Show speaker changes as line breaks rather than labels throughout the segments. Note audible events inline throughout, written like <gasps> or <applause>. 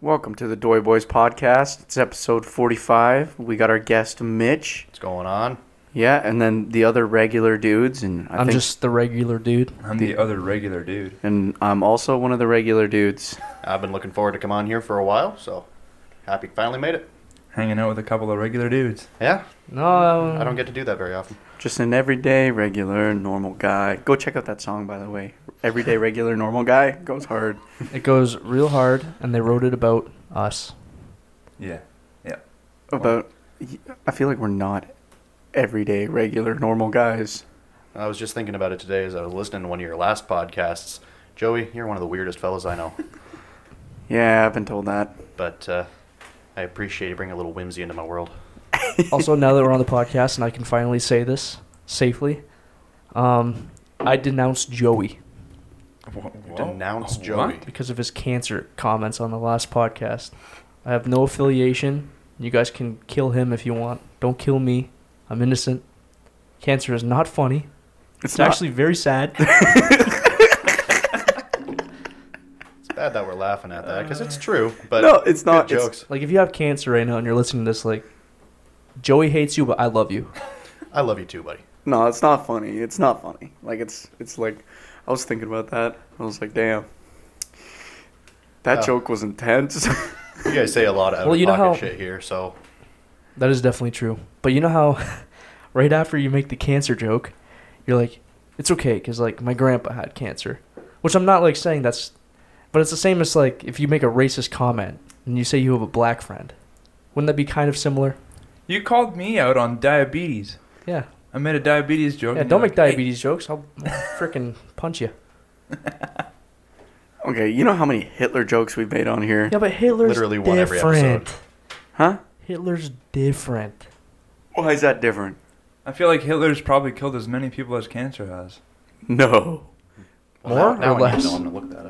Welcome to the Doy Boys podcast. It's episode 45. We got our guest Mitch.
What's going on?
Yeah, and then the other regular dudes and I
I'm
think
just the regular dude.
I'm the, other regular dude.
and I'm also one of the regular dudes.
I've been looking forward to come on here for a while, so happy finally made it.
hanging out with a couple of regular dudes.
Yeah,
No,
I don't get to do that very often.
Just an everyday regular normal guy. Go check out that song by the way. Everyday regular normal guy goes hard.
It goes real hard, and they wrote it about us.
Yeah.
About I feel like we're not everyday regular normal guys.
I was just thinking about it today as I was listening to one of your last podcasts. Joey, you're one of the weirdest fellas I
<laughs>
know,
Yeah, I've been told that.
but uh, I appreciate you bringing a little whimsy into my world.
also, now that we're on the podcast, and I can finally say this safely, um, I denounced Joey
Denounce Joey.
because of his cancer comments on the last podcast. I have no affiliation. You guys can kill him if you want. Don't kill me. I'm innocent. Cancer is not funny. It's,
not-
actually very sad.
It's bad that we're laughing at that because it's true, but
No, it's not.
good
It's-
jokes.
like if you have cancer right now and you're listening to this, like Joey hates you, but I love you.
I love you too, buddy.
No, it's not funny. It's not funny. Like it's it's like I was thinking about that. I was like, damn. That
Oh.
joke was intense. <laughs>
You guys say a lot of out
Well, you know
pocket
how-
shit here, so
That is definitely true. But you know how, <laughs> right after you make the cancer joke, you're like, it's okay, because, like, my grandpa had cancer. Which I'm not, like, saying that's. But it's the same as, like, if you make a racist comment and you say you have a black friend. Wouldn't that be kind of similar?
You called me out on diabetes.
Yeah.
I made a diabetes joke.
Yeah,
and
don't
you're
make
like,
diabetes jokes. I'll <laughs> freaking punch you.
okay, you know how many Hitler jokes we've made on here?
Yeah, but Hitler's
Literally one every
different.
episode.
Huh?
Hitler's different.
Why is that different?
"Hey, I feel like Hitler's probably killed as many people as cancer has.
No.
More
now,
or
now I need
less?
to know I'm gonna look that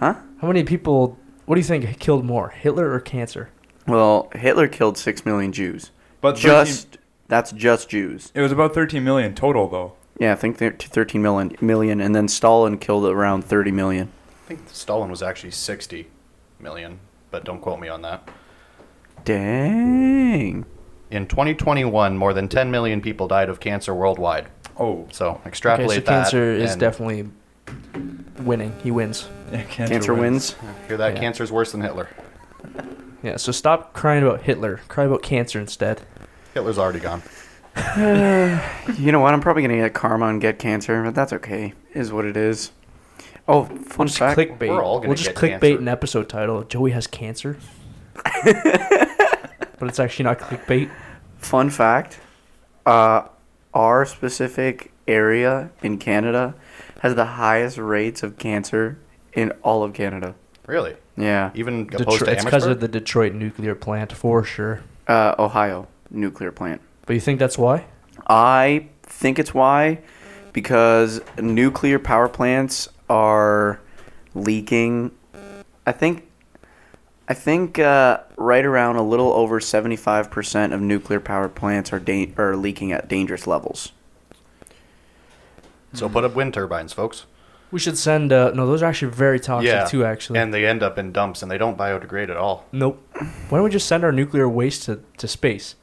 up.
How many people. What do you think killed more, Hitler or cancer?
Well, Hitler killed 6 million Jews.
But 13
just that's just Jews.
it was about 13 million total though.
Yeah, I think they're t- 13 million, million and then Stalin killed around 30 million.
I think Stalin was actually 60 million, but don't quote me on that.
Dang.
In 2021, more than 10 million people died of cancer worldwide.
Oh,
So
Okay,
extrapolate
so
that.
cancer is
and
definitely winning. He wins.
yeah, cancer,
Cancer wins.
Hear that?
yeah.
Cancer's worse than Hitler.
Yeah, so stop crying about Hitler. Cry about cancer instead.
Hitler's already gone.
<sighs> You know what? I'm probably going to get karma and get cancer, but that's okay. Is what it is. Oh, fun
Just
fact.
clickbait.
we're all gonna
we'll just
get
clickbait
cancer.
an episode title. Joey has cancer. but it's actually not clickbait.
Fun fact uh, our specific area in Canada has the highest rates of cancer in all of Canada.
Really?
Yeah.
Even opposed
Detro-
to
it's because
Amherst?
of the Detroit nuclear plant for sure.
Uh, Ohio nuclear plant.
But you think that's why?
I think it's why because nuclear power plants are leaking. I think I think uh, right around a little over 75% of nuclear power plants are da- are leaking at dangerous levels.
So put up wind turbines, folks.
We should send. Uh, no, those are actually very toxic
yeah.
too. Actually,
And they end up in dumps and they don't biodegrade at all.
nope. Why don't we just send our nuclear waste to, to space?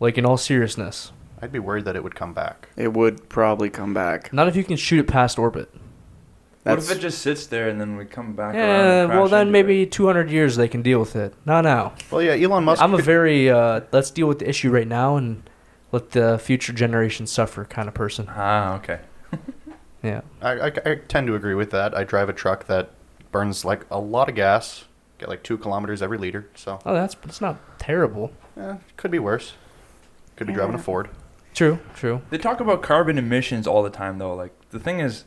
Like in all seriousness,
I'd be worried that it would come back.
It would probably come back.
not if you can shoot it past orbit.
That's
What if it just sits there and then we come back around?
Yeah,
and crash
Eh, well then
into
maybe
it?
200 years they can deal with it. Not now.
Well, yeah, Elon Musk.
I'm a
could-
very uh, let's deal with the issue right now and let the future generations suffer kind of person.
Ah, okay.
Yeah.
I, I, I tend to agree with that. I drive a truck that burns like a lot of gas, get like two kilometers every liter. So
Oh, that's that's not terrible.
eh, could be worse. Could be driving a Ford.
True. True.
They talk about carbon emissions all the time though. Like the thing is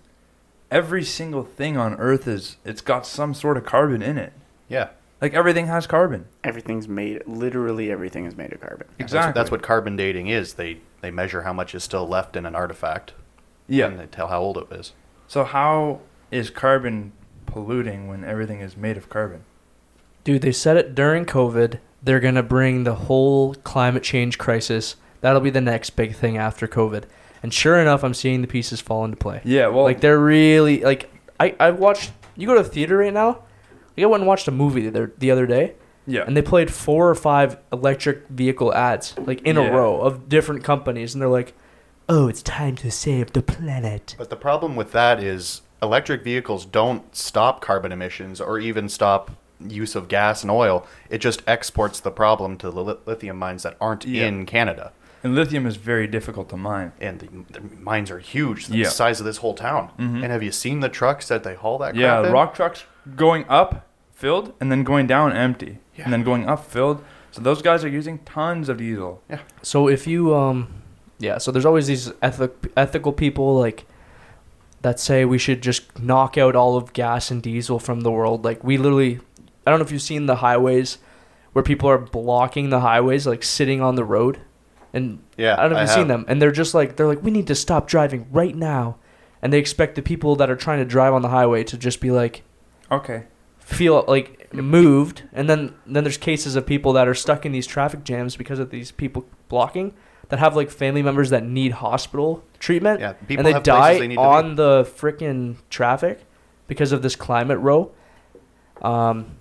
every single thing on earth is it's got some sort of carbon in it.
Yeah.
Like everything has carbon.
everything's made literally everything is made of carbon.
That's- That's, what carbon dating is. They they measure how much is still left in an artifact. And
yeah.
they tell how old it is.
So how is carbon polluting when everything is made of carbon?
Dude, they said it during COVID. They're gonna bring the whole climate change crisis. That'll be the next big thing after COVID. And sure enough, I'm seeing the pieces fall into play.
Yeah. Well,
like they're really like I I watched. You go to the theater right now. Like I went and watched a movie the other, the other day,
Yeah.
and they played four or five electric vehicle ads like in
Yeah.
a row of different companies, and they're like, "Oh, it's time to save the planet."
But the problem with that is electric vehicles don't stop carbon emissions or even stop use of gas and oil. It just exports the problem to the li- lithium mines that aren't
Yeah.
in Canada.
and lithium is very difficult to mine.
And the, the mines are huge, the
Yeah.
size of this whole town.
Mhm.
And have you seen the trucks that they haul that crap
Yeah,
in?
rock trucks going up filled and then going down empty,
Yeah.
and then going up filled. So those guys are using tons of diesel.
So if you um yeah, so there's always these ethic ethical people like that say we should just knock out all of gas and diesel from the world. Like we literally I don't know if you've seen the highways where people are blocking the highways like sitting on the road and
Yeah,
I don't know if you've
have.
seen them and they're just like they're like we need to stop driving right now and they expect the people that are trying to drive on the highway to just be like
Okay.
feel like moved and then then there's cases of people that are stuck in these traffic jams because of these people blocking that have like family members that need hospital treatment
Yeah, people
and they
have places
die
they need to
on the freaking traffic because of this climate row um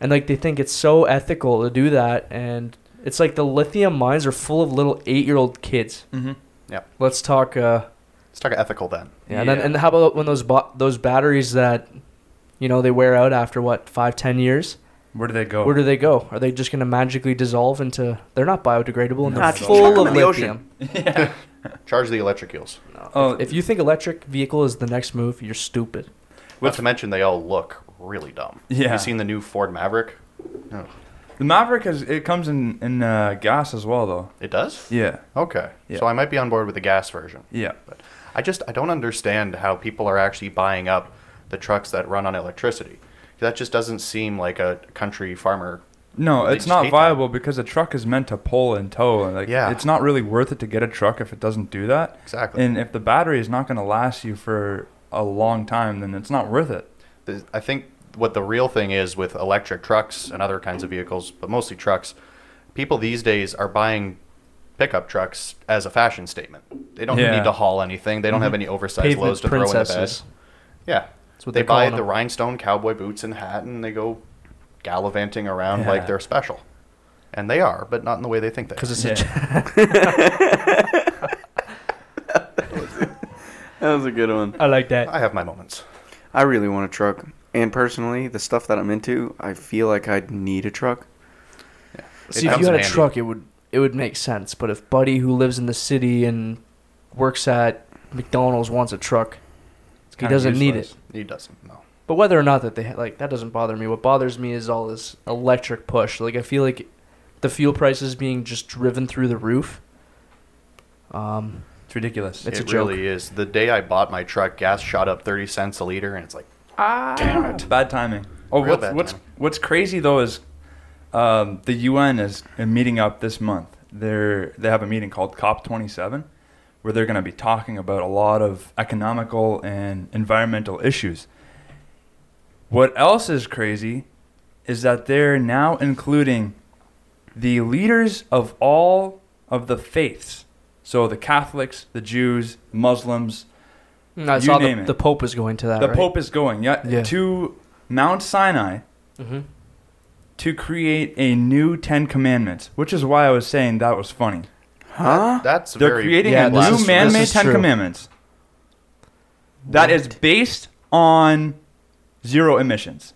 and like they think it's so ethical to do that and it's like the lithium mines are full of little 8-year-old kids
Mm-hmm.
let's talk uh
Let's talk ethical then.
yeah, And, then, and how about when those bo- those batteries that you know they wear out after what five ten years
Where do they
Oh.
go?
Where do they go? Are they just going to magically dissolve into? They're not biodegradable and
No,
they're
just
chuck
full
'em
of
in the
lithium.
yeah.
Charge the electrocules.
Oh,
If you think electric vehicle is the next move, you're stupid.
Not to mention they all look really dumb.
Yeah.
You seen the new Ford Maverick? Oh,
the Maverick is it comes in in uh, gas as well though.
it does?
Yeah.
Okay.
Yeah.
So I might be on board with the gas version.
Yeah.
But I just I don't understand how people are actually buying up the trucks that run on electricity. That just doesn't seem like a country farmer.
No,
They
it's
just
not
hate that.
viable because a truck is meant to pull and tow, and like
Yeah.
it's not really worth it to get a truck if it doesn't do that.
Exactly.
And if the battery is not going to last you for a long time, then it's not worth it.
The- I think what the real thing is with electric trucks and other kinds of vehicles, but mostly trucks, people these days are buying pickup trucks as a fashion statement. They don't
Yeah. Mm-hmm.
need to haul anything. They don't have any oversized
Pavement
loads to throw in the bed.
princesses.
Yeah.
That's what
they
they call
buy
them.
the rhinestone cowboy boots and hat and they go gallivanting around
Yeah.
like they're special. And they are, but not in the way they think they are.
Because it's
Yeah.
That was a good one.
<laughs>
a, <laughs> I like that.
I have my moments.
I really want a truck. And personally, the stuff that I'm into, I feel like I'd need a truck.
See, if
comes
you had
in
a
handy.
truck, it would it would make sense. But if Buddy, who lives in the city and works at McDonald's, wants a truck,
It's
he
kinda
doesn't need
useless.
it.
He doesn't. No.
But whether or not that they ha- like that doesn't bother me. What bothers me is all this electric push. Like I feel like the fuel prices being just driven through the roof. Um,
It's ridiculous.
It's
it
a joke.
really is. The day I bought my truck, gas shot up 30 cents a liter, and it's like,
Damn it. Bad timing. Oh,
Real
what's,
bad
what's
timing.
what's crazy though is um, the UN is meeting up this month. They're they have a meeting called COP27, where they're going to be talking about a lot of economical and environmental issues. What else is crazy is that they're now including the leaders of all of the faiths. So the Catholics, the Jews, Muslims,
Mm, I
You
saw the,
name it.
the Pope was going to that.
the Pope is going yeah,
Yeah.
to Mount Sinai
hmm
to create a new Ten Commandments, which is why I was saying that was funny.
Huh?
that's
They're
very.
creating
Yeah,
a
this
new
is-
man-made
this is
Ten
true.
Commandments that is based on zero emissions.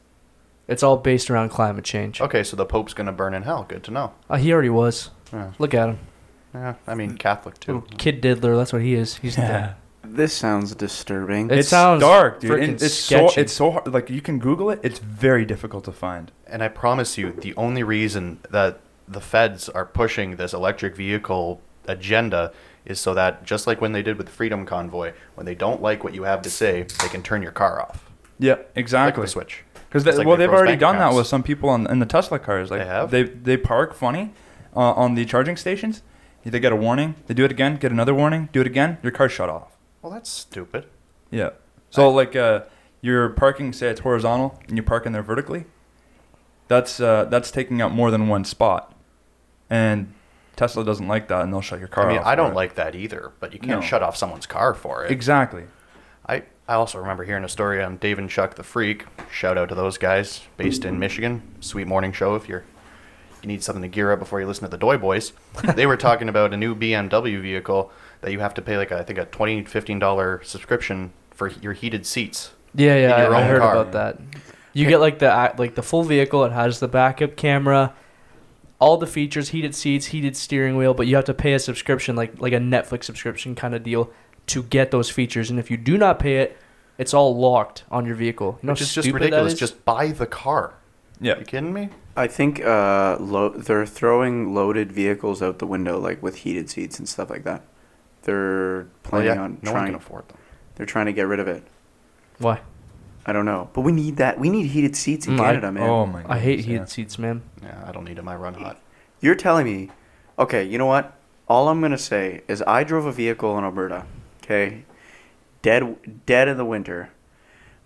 It's all based around climate change.
okay, so the Pope's going to burn in hell. Good to know.
Uh, he already was.
Yeah.
Look at him,
Yeah, I mean, Catholic too.
little kid diddler. That's what he is. He's the
This sounds disturbing.
It
it's
sounds
dark, dude.
frickin'
and It's so
sketchy.
it's so hard. Like you can Google it. It's very difficult to find.
And I promise you, the only reason that the feds are pushing this electric vehicle agenda is so that, just like when they did with the Freedom Convoy, when they don't like what you have to say, they can turn your car off.
Yeah,
Click
exactly.
the switch.
Because
It's like
well,
they
they've
froze
already
bank
done that
accounts.
with some people on in the Tesla cars. Like
They have?
they they park funny uh, on the charging stations. They get a warning. They do it again. Get another warning. Do it again. Your car shut off.
Well, that's stupid.
Yeah. So like uh, you're parking, say it's horizontal, and you park in there vertically. That's uh, that's taking up more than one spot, and Tesla doesn't like that, and they'll shut your car
I mean,
off
I
for
don't
it.
like that either, but you can't
No.
shut off someone's car for it.
exactly.
I I also remember hearing a story on Dave and Chuck the Freak. Shout out to those guys based in Michigan. Sweet morning show if you're you need something to gear up before you listen to the Doy
<laughs>
Boys. they were talking about a new BMW vehicle that you have to pay like a, I think a twenty fifteen dollar subscription for your heated seats.
Yeah, yeah,
your
I, I
own
heard
car.
about that. You get like the ac- like the full vehicle. It has the backup camera, all the features, heated seats, heated steering wheel. But you have to pay a subscription, like like a Netflix subscription kind of deal, to get those features. And if you do not pay it, it's all locked on your vehicle. You know,
which
how
is just
stupid that
ridiculous.
is?
Just buy the car.
Yeah.
You kidding me? Oh,
I think uh, lo- they're throwing loaded vehicles out the window, like with heated seats and stuff like that. They're
Well,
planning
Oh, yeah,
on
no one
trying.
can afford them.
they're trying to get rid of it.
why?
I don't know, but we need that. We need heated seats in
Mm, I-
Canada, man.
Oh my.
I hate
goodness,
heated seats, man.
Yeah, I don't need them. I run hot.
You're telling me, okay, you know what? All I'm gonna say is I drove a vehicle in Alberta, okay, dead dead in the winter.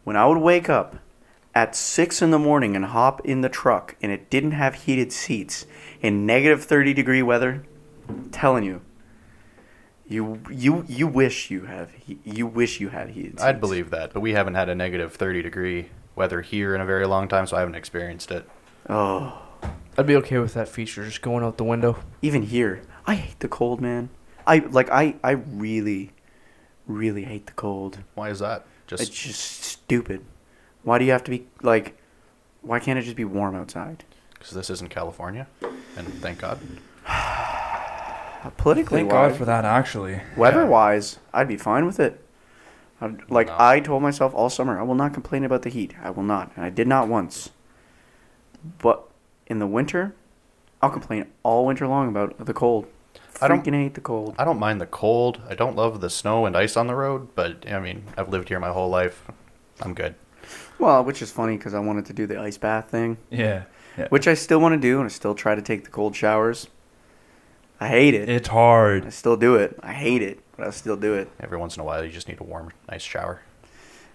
When I would wake up at six in the morning and hop in the truck, and it didn't have heated seats in negative thirty degree weather, I'm telling you, you you you wish you have he- you wish you had heated. Seats.
I'd believe that, but we haven't had a negative 30 degree weather here in a very long time, so I haven't experienced it.
Oh,
I'd be okay with that feature just going out the window.
even here, I hate the cold, man. I like I I really, really hate the cold.
Why is that? Just
It's just stupid. Why do you have to be like? Why can't it just be warm outside?
because this isn't California, and thank God.
Uh, Politically,
Thank
wise,
God for that. Actually,
weather-wise, I'd be fine with it. I'd, like
No.
I told myself all summer, I will not complain about the heat. I will not, and I did not once. But in the winter, I'll complain all winter long about the cold.
I don't-
Freaking hate the cold.
I don't mind the cold. I don't love the snow and ice on the road, but I mean, I've lived here my whole life. I'm good.
Well, which is funny because I wanted to do the ice bath thing,
yeah. yeah.
which I still want to do, and I still try to take the cold showers. I hate it.
It's
I
hard.
still do it. I hate it, but I still do it.
Every once in a while, you just need a warm, nice shower.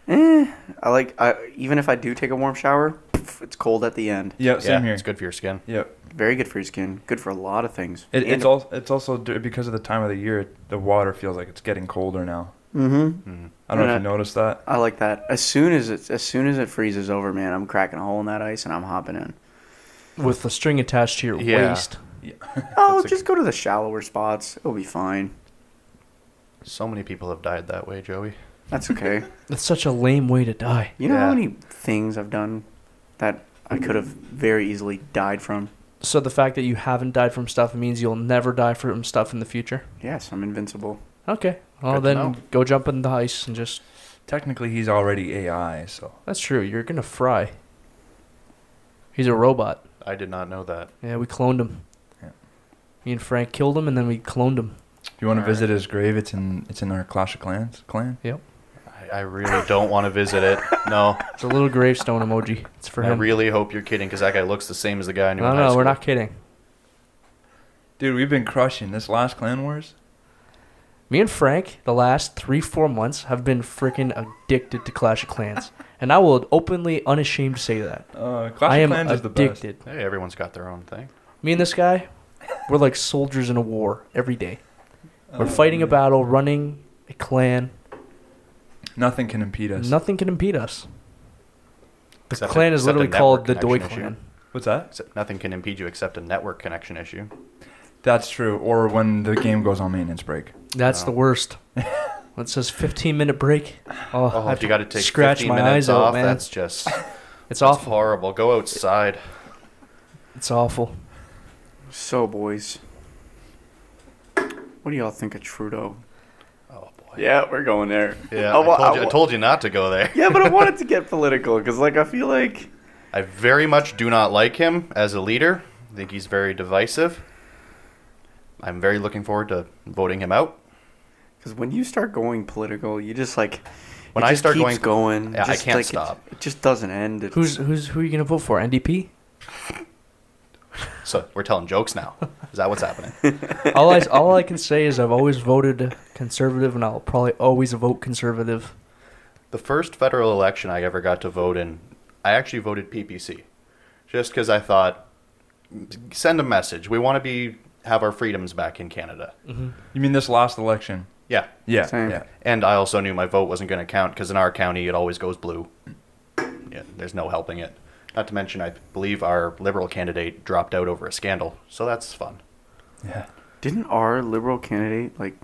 Eh, I like. I even if I do take a warm shower, pff, it's cold at the end.
Yeah. Same
yeah,
here.
it's good for your skin.
Yep.
Very good for your skin. Good for a lot of things.
It, it's all. It's also d- because of the time of the year. The water feels like it's getting colder now.
Mm-hmm.
Mm.
I don't know if
Yeah.
you noticed that.
I like that. As soon as it as soon as it freezes over, man, I'm cracking a hole in that ice and I'm hopping in.
With the string attached to your
Yeah.
waist.
Oh,
That's a-
just go to the shallower spots. It'll be fine.
So many people have died that way, Joey.
That's okay.
That's such a lame way to die.
You know how
Yeah.
many things I've done that I could have very easily died from.
So the fact that you haven't died from stuff means you'll never die from stuff in the future.
Yes, I'm invincible.
Okay. Well,
Good to
then
know.
go jump in the ice and just.
Technically, he's already AI. So
That's true. You're gonna fry. He's a robot.
I did not know that.
Yeah, we cloned him.
Yeah.
Me and Frank killed him, and then we cloned him.
if you want to
Alright.
visit his grave, it's in it's in our Clash of Clans clan.
I, I really
<laughs>
don't want to visit it. No,
It's a little gravestone emoji. It's for
I
him.
really hope you're kidding because that guy looks the same as the guy I knew.
no,
in
no,
high
we're
school.
not kidding.
Dude, we've been crushing this last Clan Wars.
Me and Frank, the last three, four months, have been freaking addicted to Clash of
<laughs>
Clans, and I will openly, unashamed say that.
Uh, Clash
I
of
am
Clans is the best.
addicted.
Hey, everyone's got their own thing.
Me and this guy, we're like soldiers in a war every day. We're
Uh,
fighting a battle, running a clan.
Nothing can impede us.
Nothing can impede us. The
Except a-
clan is
except a
literally
network
called the Doi
connection
Clan.
issue.
What's that?
Except nothing can impede you except a network connection issue.
That's true. Or when the game goes on maintenance break.
That's
No.
the <laughs> worst. it says 15 minute break. Oh,
Oh,
I
if you got to take
scratch
15
my
minutes
eyes out,
off,
man.
that's
<laughs>
just
it's
that's
awful.
horrible. Go outside.
It's awful.
So, boys, what do y'all think of Trudeau?
Oh boy.
Yeah, we're going there.
Yeah,
I wa-
I, told you,
I
I
wa- <laughs>
told you not to go there.
Yeah, but I wanted to <laughs> get political because, like, I feel like
I very much do not like him as a leader. I think he's very divisive. I'm very looking forward to voting him out.
because when you start going political, you just like
When
it
I
just
start
keeps going,
Yeah, I
just,
can't
like, it-
stop.
It, just doesn't end. It's-
Who's who's who are you gonna vote for? NDP?
So we're telling jokes now. Is that what's
<laughs>
happening?
All I all I can say is I've always voted conservative, and I'll probably always vote conservative.
The first federal election I ever got to vote in, I actually voted PPC, just because I thought, send a message. We want to be have our freedoms back in Canada.
You mean this last election?
Yeah.
Yeah,
Same.
yeah.
And I also knew my vote wasn't going to count because in our county it always goes blue. Yeah, there's no helping it. Not to mention, I believe our liberal candidate dropped out over a scandal, so that's fun.
Yeah.
Didn't our liberal candidate like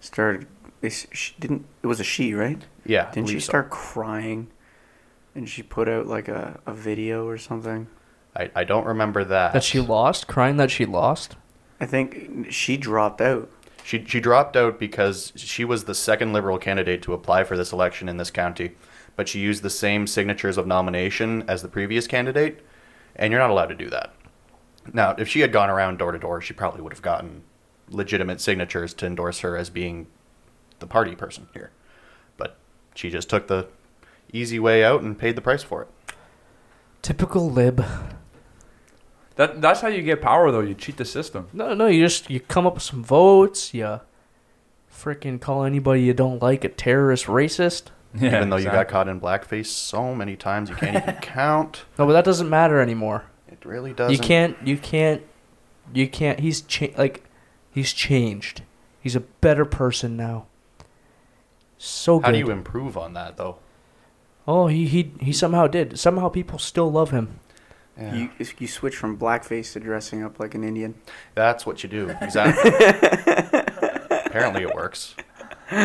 start? They, s- she didn't. It was a she, right?
Yeah. I
Didn't she
believe so.
start crying? And she put out like a, a video or something.
I, I don't remember that.
That she lost, crying that she lost.
I think she dropped out.
She she dropped out because she was the second liberal candidate to apply for this election in this county, but she used the same signatures of nomination as the previous candidate, and you're not allowed to do that. Now, if she had gone around door to door, she probably would have gotten legitimate signatures to endorse her as being the party person here. But she just took the easy way out and paid the price for it.
Typical lib.
That that's how you get power though. You cheat the system.
No, no, you just you come up with some votes. You freaking call anybody you don't like a terrorist, racist.
Yeah.
Even though you got
exactly.
caught in blackface so many times, you can't even count.
No, but that doesn't matter anymore.
It really doesn't.
You can't. You can't. You can't. He's cha- like, he's changed. He's a better person now. So good.
How do you improve on that, though?
oh, he he he somehow did. Somehow people still love him.
Yeah.
You if you switch from blackface to dressing up like an Indian.
That's what you
<laughs>
do. Exactly. Apparently it works.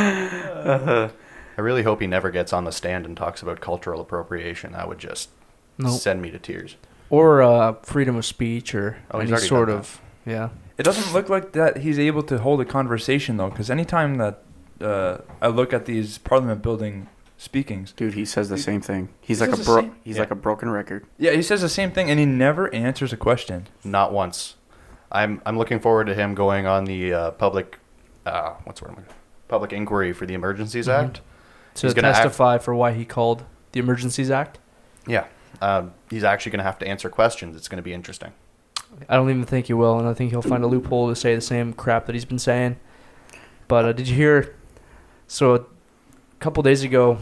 Uh-huh.
I really hope he never gets on the stand and talks about cultural appropriation. That would just
No.
send me to tears.
Or uh, freedom of speech or
Oh, he's
any
already
sort
done
of yeah.
It doesn't look like that he's able to hold a conversation though, because anytime that uh, I look at these Parliament building speakings,
Dude, he says the same thing. He's
He
like a
says the
bro-
same-
he's
Yeah.
like a broken record.
yeah, he says the same thing, and he never answers a question.
Not once. I'm I'm looking forward to him going on the uh, public uh, what's the word? I'm- Public inquiry for the Emergencies
Mhm.
Act.
To
He's gonna act-
testify for why he called the Emergencies Act.
Yeah. Um, he's actually going to have to answer questions. It's going to be interesting.
I don't even think he will, and I think he'll find a loophole to say the same crap that he's been saying. But uh, did you hear? So, a couple days ago,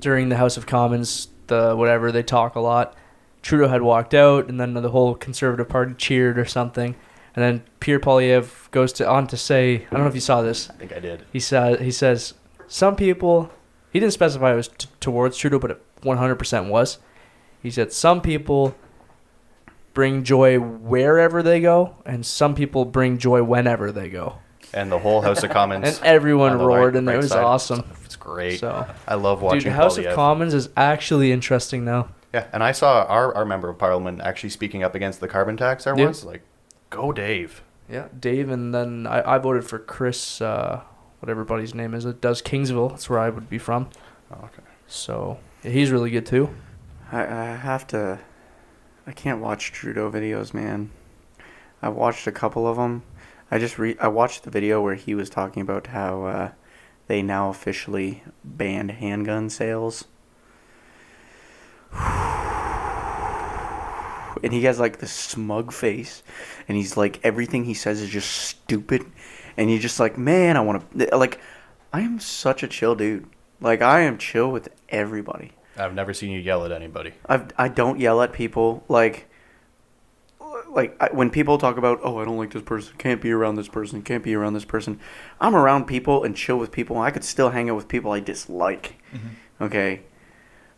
during the House of Commons, the whatever they talk a lot. Trudeau had walked out, and then the whole Conservative Party cheered or something. And then Pierre Polyev goes to on to say, I don't know if you saw this.
I think I did.
He says he says some people. He didn't specify it was t- towards Trudeau, but it 100% was. He said some people bring joy wherever they go, and some people bring joy whenever they go.
And the whole House
<laughs>
of Commons.
And everyone
on the
roared,
right-
and
right
it was
side.
awesome.
It's great.
So,
I love watching
dude, the House
Polyev.
of Commons is actually interesting now.
Yeah, and I saw our, our member of parliament actually speaking up against the carbon tax there
Yeah.
once. Like, go Dave.
Yeah, Dave, and then I, I voted for Chris, uh, whatever buddy's name is. It does Kingsville. That's where I would be from.
Oh, Okay.
So yeah, he's really good too.
I, I have to. I can't watch Trudeau videos, man. I watched a couple of them. I just re- I watched the video where he was talking about how uh, they now officially banned handgun sales. <sighs> And he has like this smug face, and he's like everything he says is just stupid, and you're just like, man, I want to like, I am such a chill dude. Like I am chill with everybody.
I've never seen you yell at anybody.
I've, I don't yell at people like like I, when people talk about oh I don't like this person can't be around this person can't be around this person I'm around people and chill with people I could still hang out with people I dislike
Mm-hmm.
okay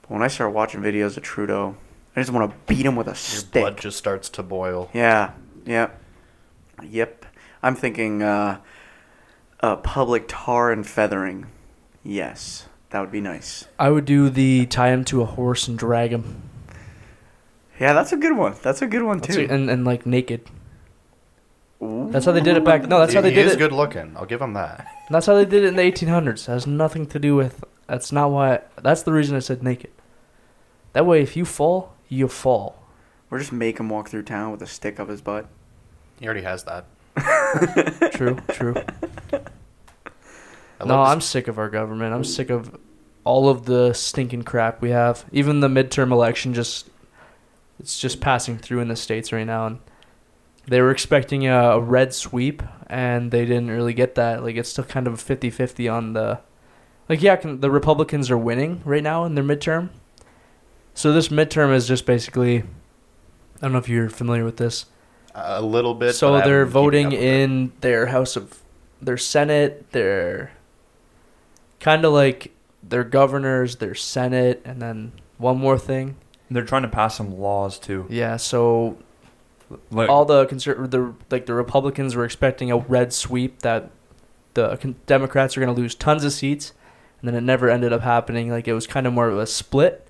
but when I start watching videos of Trudeau I just want to beat him with a
Your
stick
blood just starts to boil.
yeah yeah yep I'm thinking uh, uh public tar and feathering yes that would be nice
I would do the tie him to a horse and drag him,
yeah that's a good one that's a good one
That's
too
it, and and like naked.
Ooh.
That's how they did it back. No, Oh, that's
he,
how they
he
did
is
it.
good looking. I'll give him that.
That's how they did it in the 1800s. That has nothing to do with. That's not why. That's the reason I said naked. That way, if you fall, you fall.
Or just make him walk through town with a stick up his butt.
He already has that.
True, <laughs> true.
I
no,
love
I'm
this-
sick of our government. I'm sick of all of the stinking crap we have. Even the midterm election, just it's just passing through in the states right now, and they were expecting a, a red sweep, and they didn't really get that. Like it's still kind of 50-50 on the, like yeah, can, the Republicans are winning right now in their midterm. So this midterm is just basically, I don't know if you're familiar with this.
a little bit. but I
So
haven't
they're
been keeping
voting
up with it.
in their House of their senate, their kind of like their governors, their senate, and then one more thing.
They're trying to pass some laws too.
Yeah, so
Like,
all the conser- the like the Republicans were expecting a red sweep that the con- Democrats are going to lose tons of seats, and then it never ended up happening. Like it was kind of more of a split,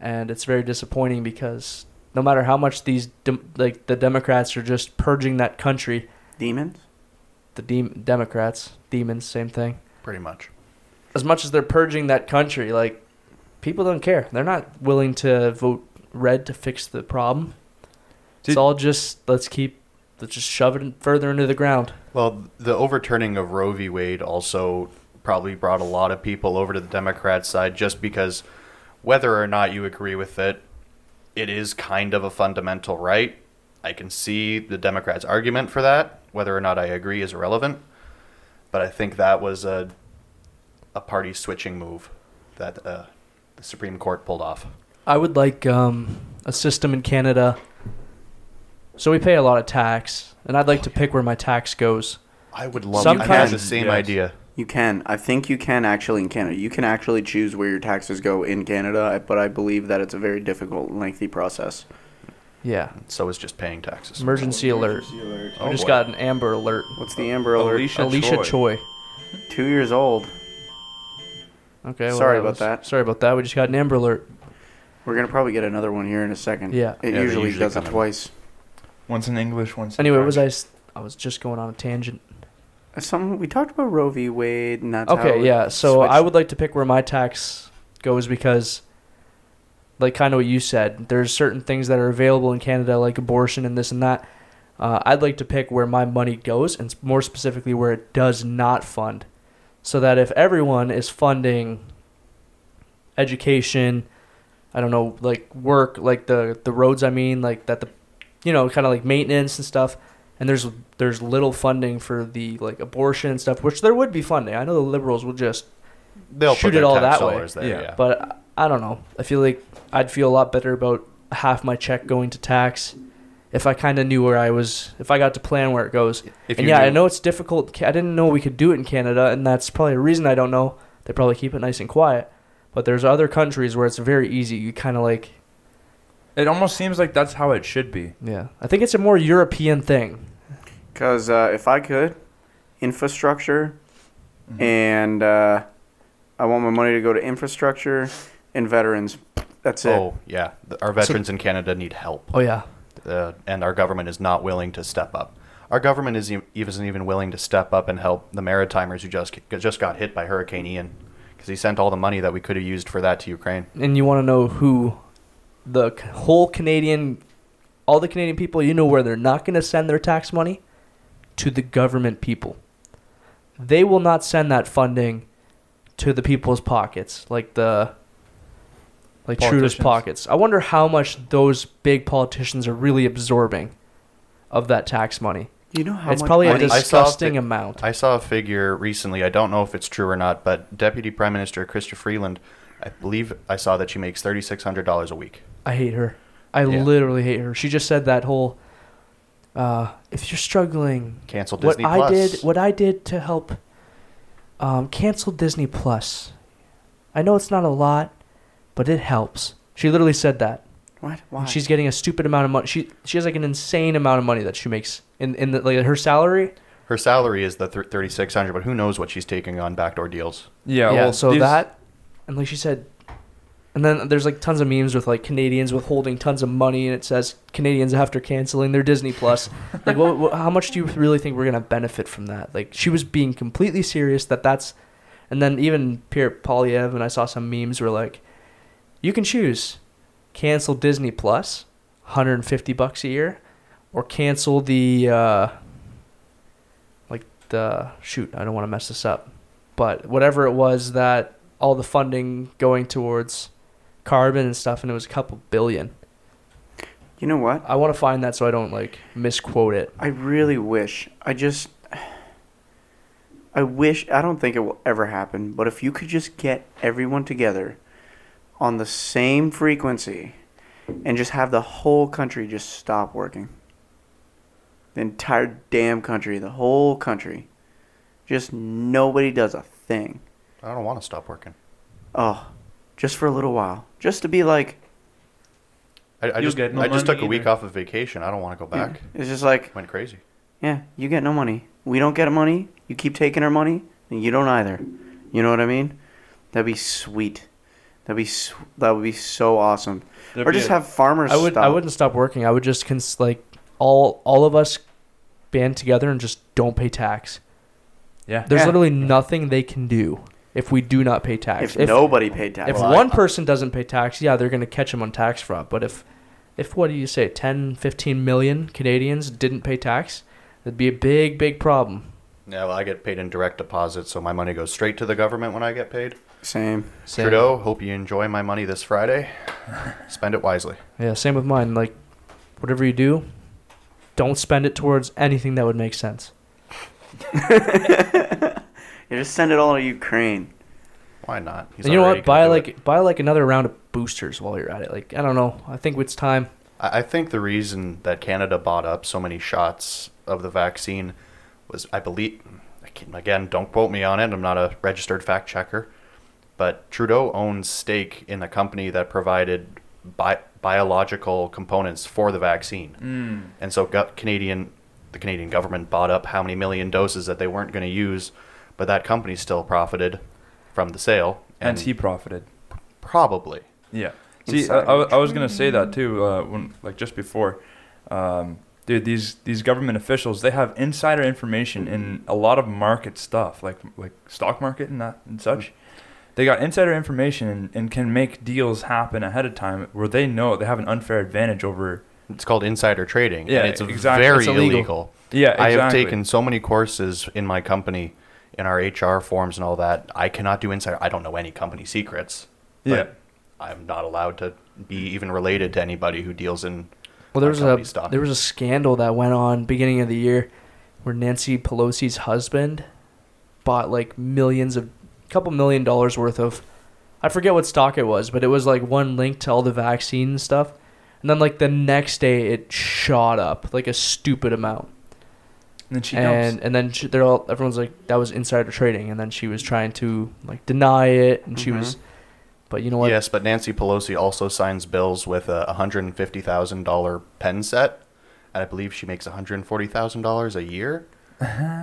and it's very disappointing because no matter how much these dem- like the Democrats are just purging that country,
Demons?
the dem- Democrats demons same thing.
pretty much.
As much as they're purging that country, like people don't care. They're not willing to vote red to fix the problem.
Did-
it's all just let's keep let's just shove it further into the ground.
Well, the overturning of Roe v. Wade also probably brought a lot of people over to the Democrat side just because whether or not you agree with it, it is kind of a fundamental right. I can see the Democrats' argument for that. Whether or not I agree is irrelevant. But I think that was a, a party switching move that uh, the Supreme Court pulled off.
I would like um, a system in Canada. So we pay a lot of tax, and I'd like to pick where my tax goes.
I would love
Some
I had
kind-
the same
Yes.
idea.
You can. I think you can actually in Canada. You can actually choose where your taxes go in Canada, I- but I believe that it's a very difficult, lengthy process.
Yeah.
So is just paying taxes.
Emergency alert. I just
boy.
got an Amber alert.
What's the Amber Alert?
Alicia,
Alicia
Troy.
Choi.
Two years old.
Okay. well,
Sorry about
was-
that.
Sorry about that. We just got an Amber alert.
We're gonna probably get another one here in a second.
Yeah.
It
Yeah, they
usually,
usually
does it
come in.
twice.
Once in English, once in
Anyway, was I?
French.
s- I was just going on a tangent.
Uh, Some we talked about Roe v. Wade, and that's how
Okay.
it
Yeah. So I
switched.
would like to pick where my tax goes because, like, kind of what you said. There's certain things that are available in Canada, like abortion and this and that. Uh, I'd like to pick where my money goes, and s- more specifically, where it does not fund, so that if everyone is funding education, I don't know, like work, like the the roads, I mean, like that the, you know, kind of like maintenance and stuff, and there's there's little funding for the like abortion and stuff, which there would be funding. I know the liberals will just,
They'll
Shoot
put their
it all
tax
that way.
dollars there.
Yeah.
yeah.
but I, I don't know. I feel like I'd feel a lot better about half my check going to tax if I kind of knew where I was, if I got to plan where it goes.
If
and
you
yeah, I
knew-
know it's difficult. Ca- I didn't know we could do it in Canada, and that's probably a reason I don't know. They probably keep it nice and quiet. But there's other countries where it's very easy. You kind of like,
It almost seems like that's how it should be.
yeah. I think it's a more European thing.
Because uh, if I could, infrastructure,
Mm-hmm.
Mhm.
and uh, I want my money to go to infrastructure and veterans. That's it.
Oh yeah, The- our veterans in Canada need help,
Oh yeah,
uh, and our government is not willing to step up. Our government is e- isn't even willing to step up and help the Maritimers who just just got hit by Hurricane Ian, because he sent all the money that we could have used for that to Ukraine.
and you want to know who the c- whole Canadian, all the Canadian people, you know where they're not going to send their tax money? To the government people. They will not send that funding to the people's pockets, like the like Trudeau's
Politicians.
pockets. I wonder how much those big politicians are really absorbing of that tax money.
You know how
it's
much
probably a
money-
I saw
disgusting
fi-
amount.
I saw a figure recently. I don't know if it's true or not, but Deputy Prime Minister Christian Freeland, I believe I saw that she makes thirty six hundred dollars a week.
I hate her. I
Yeah.
literally hate her. She just said that whole uh, if you're struggling
Cancel
what
Disney
I
Plus.
did what I did to help um, cancel Disney Plus. I know it's not a lot, but it helps. She literally said that.
What? Why?
And she's getting a stupid amount of money. She she has like an insane amount of money that she makes in in the, like her salary.
Her salary is the thirty six hundred, but who knows what she's taking on backdoor deals?
Yeah. well,
so
these-
that and like she said and then there's like tons of memes with like Canadians withholding tons of money and it says Canadians after canceling their Disney
<laughs>
Plus. like what, what, how much do you really think we're going to benefit from that? Like she was being completely serious that that's and then even Pierre Polyev and I saw some memes were like you can choose cancel Disney Plus 150 bucks a year or cancel the uh like the shoot, I don't want to mess this up but whatever it was that all the funding going towards carbon and stuff and it was a couple billion
you know what?
i want to find that so i don't like misquote it
I really wish. I just. I wish. I don't think it will ever happen, but if you could just get everyone together on the same frequency and just have the whole country just stop working. The entire damn country, the whole country. Just nobody does a thing.
I don't want to stop working.
Oh, just for a little while, just to be like,
I, I
You'll
just
get no
I just
money
took a week
either.
off of vacation. I don't want to go back.
it's just like,
Went crazy.
yeah, you get no money. We don't get money. You keep taking our money, and you don't either. You know what I mean? That'd be sweet. That'd be sw- that would be so awesome.
There'd
or
be
just
a-
have farmers.
I would I
stop.
wouldn't stop working. I would just cons- like all all of us band together and just don't pay tax.
yeah.
There's
Yeah.
literally nothing they can do if we do not pay tax.
If, nobody paid tax,
if
Well, I-
one person doesn't pay tax, yeah, they're going to catch them on tax fraud. But if if what do you say 10, 15 million Canadians didn't pay tax, that'd be a big big problem.
Yeah, well, I get paid in direct deposit, so my money goes straight to the government when I get paid.
same.
Same.
Trudeau, hope you enjoy my money this
<laughs>
Friday. Spend it wisely.
Yeah, same with mine. Like, whatever you do, don't spend it towards anything that would make sense.
You just send it all to Ukraine.
Why not? He's
and you know
already
what? Buy
gonna do
like
it.
buy like another round of boosters while you're at it. Like, I don't know. I think it's time.
I I think the reason that Canada bought up so many shots of the vaccine was, I believe, I can't- again, don't quote me on it. I'm not a registered fact checker, but Trudeau owns stake in a company that provided bi- biological components for the vaccine,
Mm.
and so got Canadian, the Canadian government bought up how many million doses that they weren't going to use, but that company still profited from the sale,
And he profited.
probably.
Yeah. See, I,
Inside
I, wa- I was gonna say that too. Uh, when like just before, um, dude, these these government officials they have insider information in a lot of market stuff, like like stock market and that and such. They got insider information and, and can make deals happen ahead of time where they know they have an unfair advantage over.
It's called insider trading.
Yeah,
and it's
exactly.
very
It's
illegal.
illegal. Yeah,
I have taken so many courses in my company, in our HR forms and all that. I cannot do insider. I don't know any company secrets. but
Yeah.
I'm not allowed to be even related to anybody who deals in.
Well, there was
company
a
stock.
there was a scandal that went on beginning of the year where Nancy Pelosi's husband bought like millions of couple million dollars worth of I forget what stock it was, but it was like one link to all the vaccine stuff. And then like the next day it shot up like a stupid amount.
And then she
and
dumps.
and then she, they're all everyone's like that was insider trading and then she was trying to like deny it and she was but you know what?
Yes, but Nancy Pelosi also signs bills with a $150,000 pen set. And I believe she makes $140,000 a year
<laughs>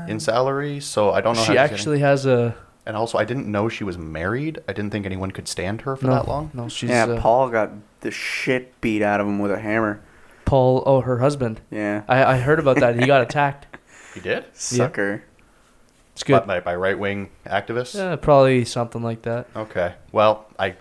in salary. So I don't know
she
how she's getting-
actually has a
And also, I didn't know she was married. I didn't think anyone could stand her for
no,
that long.
No, she's
yeah,
uh, Paul.
Paul got the shit beat out of him with a hammer.
Oh, her husband.
Yeah,
I, I heard about that. He got attacked.
You did?
sucker.
It's good.
By, by right wing activists?
Yeah, probably something like that.
Okay. Well, I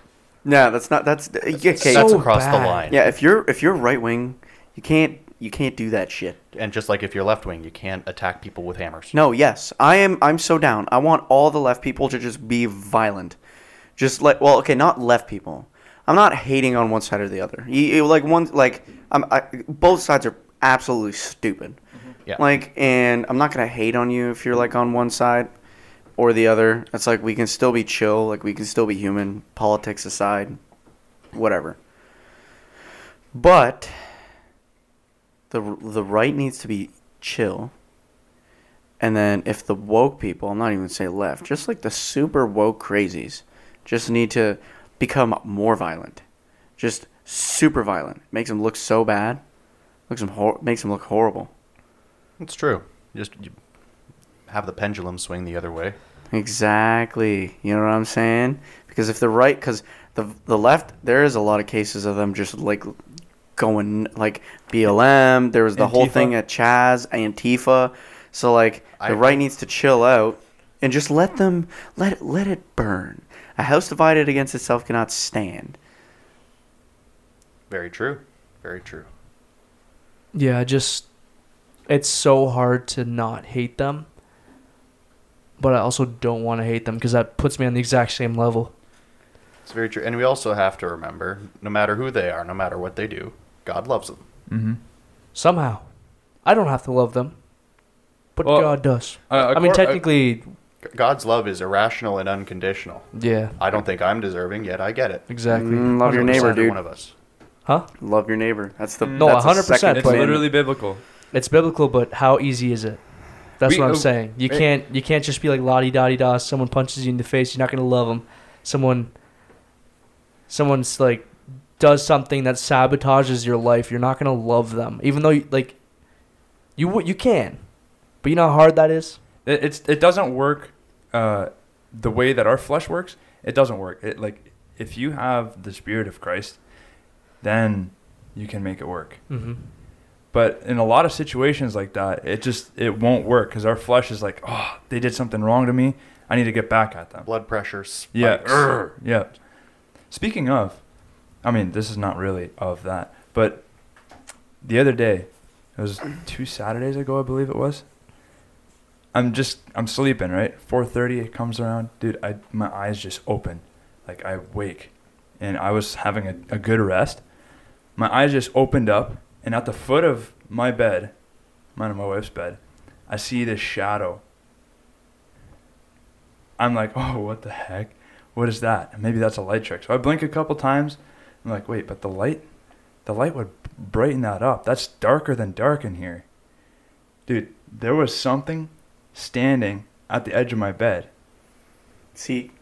No, that's not. That's uh, yeah. okay.
that's
So
across the
bad.
line.
yeah, if you're if you're right wing, you can't you can't do that shit.
And just like if you're left wing, you can't attack people with hammers.
No, yes, I am. I'm so down. I want all the left people to just be violent. Just like, well, okay, not left people. I'm not hating on one side or the other. You, you- like one, like I'm. I, both sides are absolutely stupid.
Yeah.
Like, and I'm not gonna hate on you if you're like on one side or the other. It's like we can still be chill. Like we can still be human. Politics aside, whatever. But the the right needs to be chill. And then if the woke people, I'm not even say left, just like the super woke crazies, just need to become more violent, just super violent. Makes them look so bad, looks them hor- makes them look horrible.
It's true. Just you have the pendulum swing the other way.
Exactly. You know what I'm saying? Because if the right, because the the left, there is a lot of cases of them just like going like BLM. There was the whole
Antifa.
thing at Chaz Antifa. So like the
I-
right needs to chill out and just let them let it, let it burn. A house divided against itself cannot stand.
Very true. Very true.
Yeah, I just it's so hard to not hate them, but I also don't want to hate them because that puts me on the exact same level.
It's very true. And we also have to remember, no matter who they are, no matter what they do, God loves them.
Mm-hmm.
Somehow, I don't have to love them, but
Well,
God does.
Uh,
I mean,
accor- uh,
technically,
God's love is irrational and unconditional.
yeah,
I don't think I'm deserving, yet I get it.
exactly.
Mm, love your
100%.
neighbor,
Neither
dude.
One of us.
huh?
Love your neighbor. That's the
No,
that's a
100%,
second
but-
It's
commandment.
literally biblical.
It's biblical, but how easy is it? That's
We-
what I'm
uh,
saying. You
eh.
can't you can't just be like la di da di da. Someone punches you in the face, you're not gonna love them. Someone someone's like does something that sabotages your life, you're not gonna love them, even though you, like you w- you can, but you know how hard that is.
It, it's it doesn't work uh, the way that our flesh works. It doesn't work. It like if you have the spirit of Christ, then you can make it work.
Mm-hmm.
But in a lot of situations like that, it just it won't work because our flesh is like, oh, they did something wrong to me. I need to get back at them.
Blood pressure spikes.
Yeah. err, yeah. Speaking of, I mean, this is not really of that, but the other day, it was two Saturdays ago, I believe it was. I'm just I'm sleeping, right? 4:30 it comes around. Dude, I my eyes just open. Like I wake and I was having a, a good rest. My eyes just opened up and at the foot of my bed, mine and my wife's bed, I see this shadow. I'm like, "Oh, what the heck? What is that?" And maybe that's a light trick. So I blink a couple times. I'm like, "Wait, but the light the light would brighten that up. That's darker than dark in here. Dude, there was something standing at the edge of my bed.
See,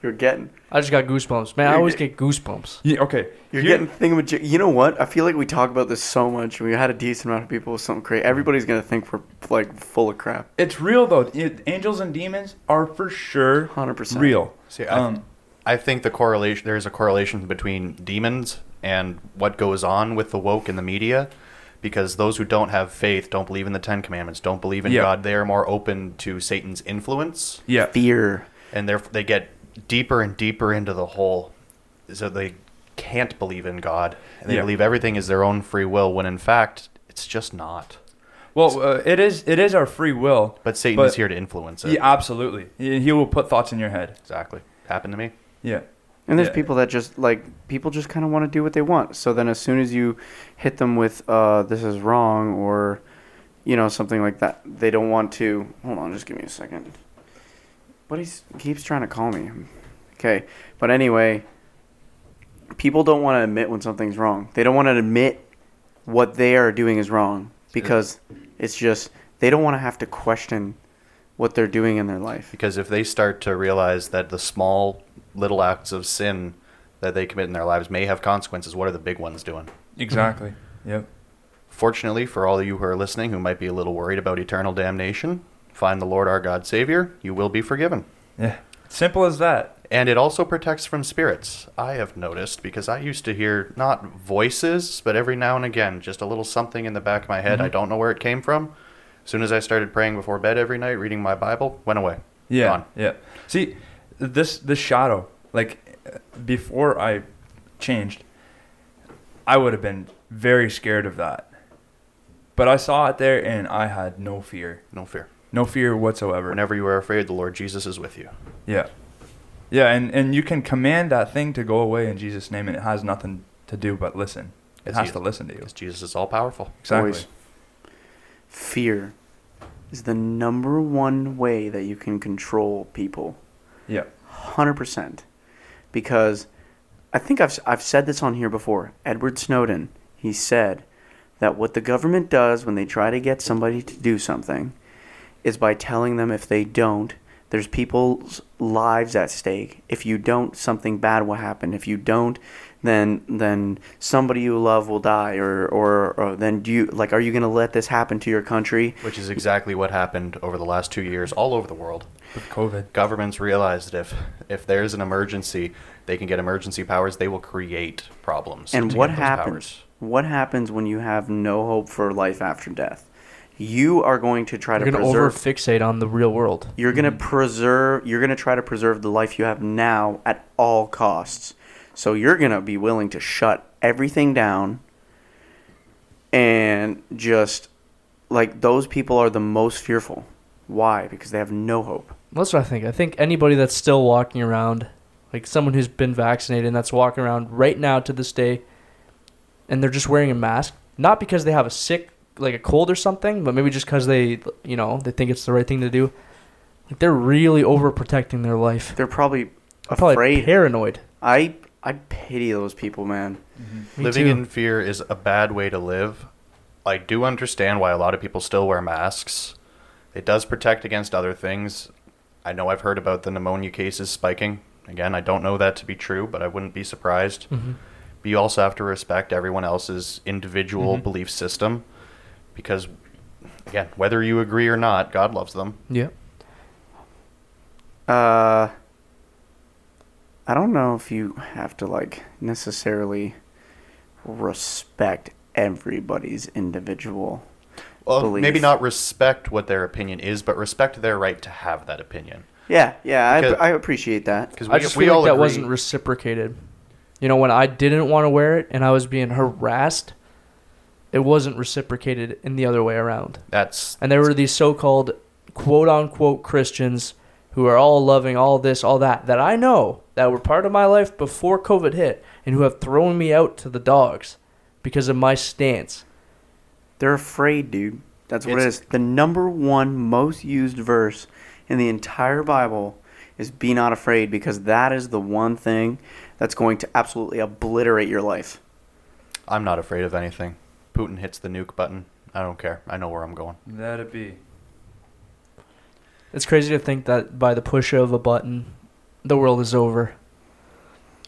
you're getting
I just got goosebumps, man. I
You're
always
ge-
get goosebumps.
Yeah, okay.
you're
here-
getting thingamajig. You know what? I feel like we talk about this so much. We had a decent amount of people with something crazy. Everybody's gonna think we're like full of crap.
It's real though. It- angels and demons are for sure
Hundred percent
real.
See, I,
Um,
I think the correlation there is a correlation between demons and what goes on with the woke and the media, because those who don't have faith, don't believe in the Ten Commandments, don't believe in
Yeah.
God, they are more open to Satan's influence,
yeah.
fear.
and therefore they get deeper and deeper into the hole, so they can't believe in God, and they
Yeah.
believe everything is their own free will, when in fact it's just not.
Well, uh, it is it is our free will.
But Satan
But-
is here to influence it.
Yeah, absolutely. He he will put thoughts in your head.
Exactly. Happened to me.
Yeah.
And there's
Yeah.
people that just like people just kind of want to do what they want. So then, as soon as you hit them with uh, "this is wrong" or you know something like that, they don't want to. Hold on, just give me a second. But he keeps trying to call me. Okay, but anyway, people don't want to admit when something's wrong. They don't want to admit what they are doing is wrong because it's just they don't want to have to question what they're doing in their life.
Because if they start to realize that the small little acts of sin that they commit in their lives may have consequences, what are the big ones doing?
Exactly. Mm-hmm. Yep.
Fortunately, for all of you who are listening who might be a little worried about eternal damnation, find the Lord our God Savior, you will be forgiven.
Yeah. Simple as that.
And it also protects from spirits. I have noticed because I used to hear not voices, but every now and again, just a little something in the back of my head.
Mm-hmm.
I don't know where it came from. As soon as I started praying before bed every night, reading my Bible, went away.
Yeah,
Gone.
yeah. See, this this shadow, like uh, before I changed, I would have been very scared of that. But I saw it there, and I had no fear,
No fear.
no fear whatsoever.
Whenever you are afraid, the Lord Jesus is with you.
Yeah, yeah, and and you can command that thing to go away in Jesus' name, and it has nothing to do but listen. It
Yes,
has
he-
to listen to you.
Because Jesus is all powerful.
Exactly.
Always. fear is the number one way that you can control people
Yeah.
100% because i think I've, I've said this on here before edward snowden he said that what the government does when they try to get somebody to do something is by telling them if they don't there's people's lives at stake if you don't something bad will happen if you don't then then somebody you love will die or or, or then do you like are you going to let this happen to your country
Which is exactly what happened over the last two years all over the world.
With COVID.
Governments realized if if there's an emergency, they can get emergency powers. They will create problems.
And
to
what
get those
happens?
powers.
What happens when you have no hope for life after death? You are going to try
You're
to
gonna
preserve.
over Mm-hmm. fixate on the real world.
you're going to preserve. You're going to try to preserve the life you have now at all costs. So you're going to be willing to shut everything down. And just like those people are the most fearful. Why? Because they have no hope.
That's what I think. I think anybody that's still walking around, like someone who's been vaccinated and that's walking around right now to this day, and they're just wearing a mask, not because they have a sick, like a cold or something, but maybe just because they, you know, they think it's the right thing to do. Like they're really overprotecting their life.
They're probably
I'm probably
afraid.
paranoid.
I I pity those people, man.
Me
Living
too.
in fear is a bad way to live. I do understand why a lot of people still wear masks. It does protect against other things. I know I've heard about the pneumonia cases spiking. Again, I don't know that to be true, but I wouldn't be surprised.
Hmm. Mm-hmm.
But you also have to respect everyone else's individual
Mm-hmm.
Mhm.
belief system because, again, whether you agree or not, God loves them.
Yeah.
Uh, I don't know if you have to like necessarily respect everybody's individual.
Well,
Belief.
maybe not respect what their opinion is, but respect their right to have that opinion.
Yeah, yeah, I,
Because-
I appreciate that.
Because we,
I just
we
feel
all
like that
agree.
wasn't reciprocated. You know, when I didn't want to wear it and I was being harassed, it wasn't reciprocated in the other way around.
that's
And there were these so-called quote unquote Christians who are all loving all this, all that that I know that were part of my life before COVID hit and who have thrown me out to the dogs because of my stance.
They're afraid, dude. That's what
It's-
it is. The number one most used verse in the entire Bible is "Be not afraid," because that is the one thing that's going to absolutely obliterate your life.
I'm not afraid of anything. Putin hits the nuke button. I don't care. I know where I'm going.
Let it be.
It's crazy to think that by the push of a button, the world is over.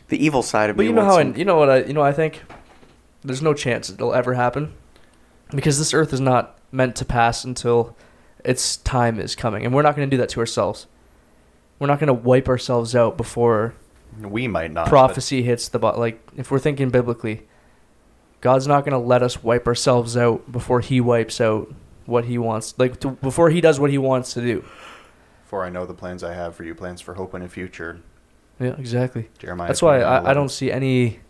The evil side of
But
me.
you know
wants
how
some-
I, you know what I you know I think there's no chance it'll ever happen because this earth is not meant to pass until its time is coming and we're not going to do that to ourselves. We're not going to wipe ourselves out before
We might not. Uh, but
prophecy hits the bot like if we're thinking biblically God's not going to let us wipe ourselves out before he wipes out what he wants like to, before he does what he wants to do.
For I know the plans I have for you, plans for hope and a future.
Yeah, exactly.
Jeremiah.
That's why
29:11.
I, I don't see any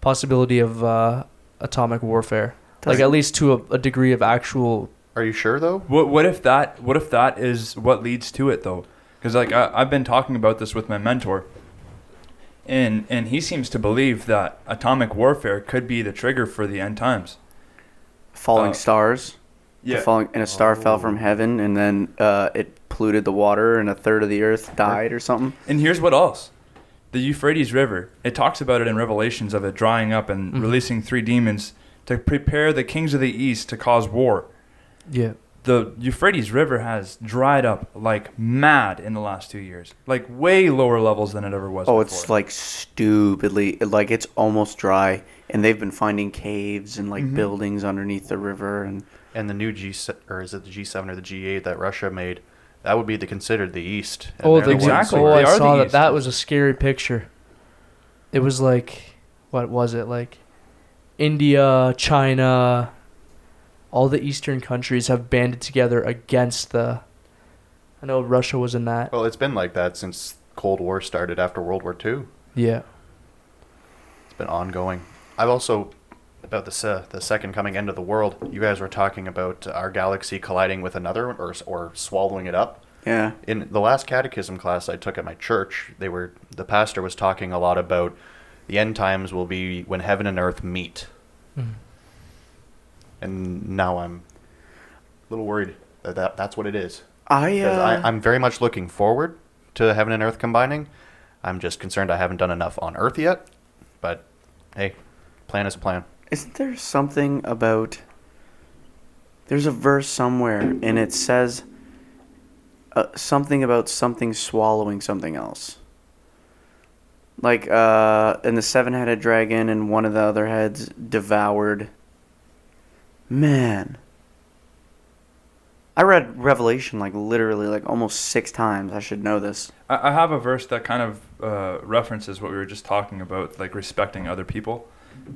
possibility of uh, atomic warfare. like
Doesn't-
at least to a, a degree of actual.
Are you sure though?
What what if that what if that is what leads to it though? Because like I, I've been talking about this with my mentor, and and he seems to believe that atomic warfare could be the trigger for the end times.
falling
uh,
stars. The falling, and a star
Oh.
fell from heaven, and then uh, it polluted the water, and a third of the earth died or something.
And here's what else. The Euphrates River. It talks about it in Revelations of it drying up and
Mhm.
releasing three demons to prepare the kings of the east to cause war.
Yeah.
The Euphrates River has dried up like mad in the last two years, like way lower levels than it ever was.
Oh,
before.
it's like stupidly, like it's almost dry, and they've been finding caves and like
Mm-hmm.
Mhm.
buildings underneath the river, and
And the new G se- or is it the G7 or the G8 that Russia made? That would be the considered the East. and
Oh,
they're
the,
ones
exactly.
who
Oh,
are-
I
They are the
saw that.
East.
That was a scary picture. It was like, what was it like? India, China, all the Eastern countries have banded together against the. I know Russia was in that.
Well, it's been like that since Cold War started after World War II.
Yeah.
It's been ongoing. I've also about the se- the second coming end of the world. You guys were talking about our galaxy colliding with another or or swallowing it up.
yeah,
in the last catechism class I took at my church, they were the pastor was talking a lot about the end times will be when heaven and earth meet.
Mhm.
And now I'm a little worried that, that that's what it is.
I,
'Cause
uh,
I, I'm very much looking forward to heaven and earth combining. I'm just concerned I haven't done enough on earth yet. But hey, plan is a plan.
Isn't there something about there's a verse somewhere and it says uh, something about something swallowing something else. Like uh and the seven-headed dragon and one of the other heads devoured man. I read Revelation like literally like almost 6 times. I should know this.
I, I have a verse that kind of uh, references what we were just talking about, like respecting other people.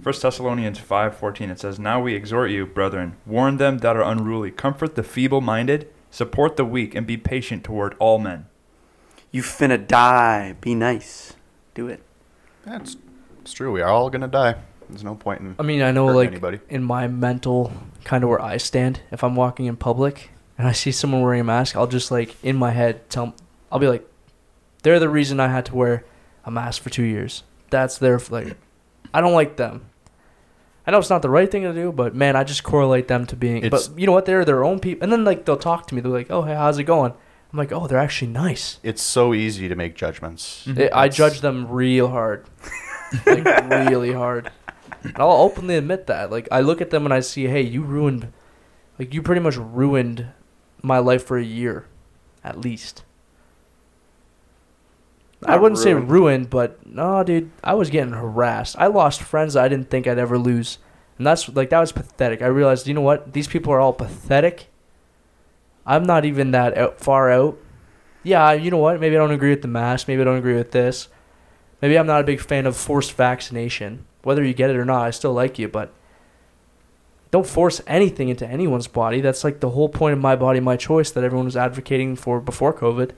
First Thessalonians five fourteen it says, "Now we exhort you, brethren, warn them that are unruly, comfort the feeble-minded, support the weak, and be patient toward all men."
You finna die. Be nice. Do it.
That's it's true. We are all gonna die. There's no point in
I mean, I know
hurting
like
anybody.
in my mental kind of where I stand, if I'm walking in public and I see someone wearing a mask, I'll just like in my head tell I'll be like, they're the reason I had to wear a mask for two years. That's their like, I don't like them. I know it's not the right thing to do, but man, I just correlate them to being.
It's-
but you know what? They're their own people, and then like they'll talk to me. They're like, "Oh, hey, how's it going?" I'm like, "Oh, they're actually nice."
It's so easy to make judgments.
Mhm.
They- I
Mm-hmm. That's-
judge them real hard, like really hard. And I'll openly admit that. Like I look at them and I see, hey, you ruined, like you pretty much ruined my life for a year, at least. I
Not
wouldn't
ruined.
say ruined, but no, dude, I was getting harassed. I lost friends I didn't think I'd ever lose, and that's like that was pathetic. I realized, you know what? These people are all pathetic. I'm not even that out, far out. Yeah, you know what? Maybe I don't agree with the mask. Maybe I don't agree with this. Maybe I'm not a big fan of forced vaccination. Whether you get it or not, I still like you, but don't force anything into anyone's body. That's like the whole point of my body, my choice that everyone was advocating for before COVID.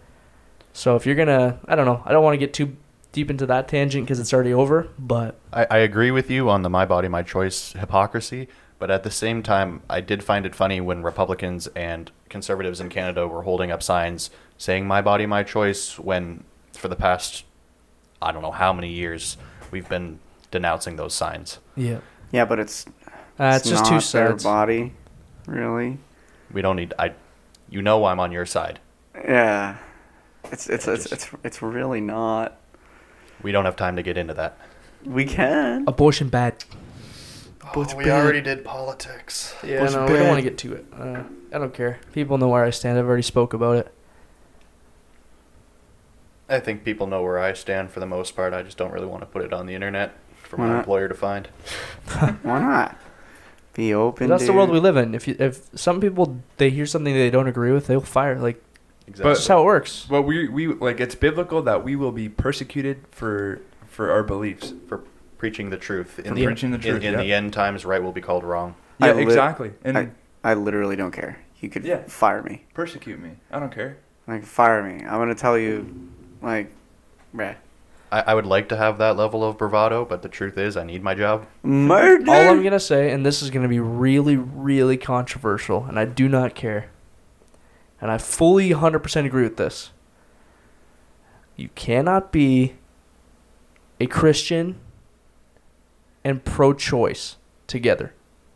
So if you're gonna, I don't know, I don't want to get too deep into that tangent because it's already over. But
I, I agree with you on the my body, my choice hypocrisy, but at the same time, I did find it funny when Republicans and conservatives in Canada were holding up signs saying my body, my choice, when for the past, I don't know how many years, we've been denouncing those signs.
yeah,
Yeah, but it's
uh, it's, just two
not their
sides.
body, really.
We don't need, I, you know, I'm on your side.
Yeah, it's it's
Yeah,
it's,
just-
it's it's really not.
We don't have time to get into that.
We can.
Abortion bad.
But we bad. already
did politics.
Yeah,
Abortion
no, we don't
bad.
want to get to it. Uh, I don't care. People know where I stand. I've already spoke about <laughs> it.
I think people know where I stand for the most part. I just don't really want to put it on the internet for
Why
my
not?
employer to find.
Why not? Be open.
That's the
dude.
world we live in. If you, if some people they hear something they don't agree with, they'll fire. Like that's how it works.
But we we like it's biblical that we will be persecuted for for our beliefs.
for preaching the truth. In
For
the,
preaching the
in-
truth,
In,
yeah.
the end times, right will be called wrong.
I
Yeah,
li-
exactly. And
I, I literally don't care. You could
Yeah.
fire me.
persecute me. I don't care.
Like fire me. I'm gonna tell you, like, bruh.
I, I would like to have that level of bravado, but the truth is, I need my job.
Murder.
All I'm gonna say, and this is gonna be really, really controversial, and I do not care. And I fully 100% agree with this. You cannot be a Christian and pro choice together.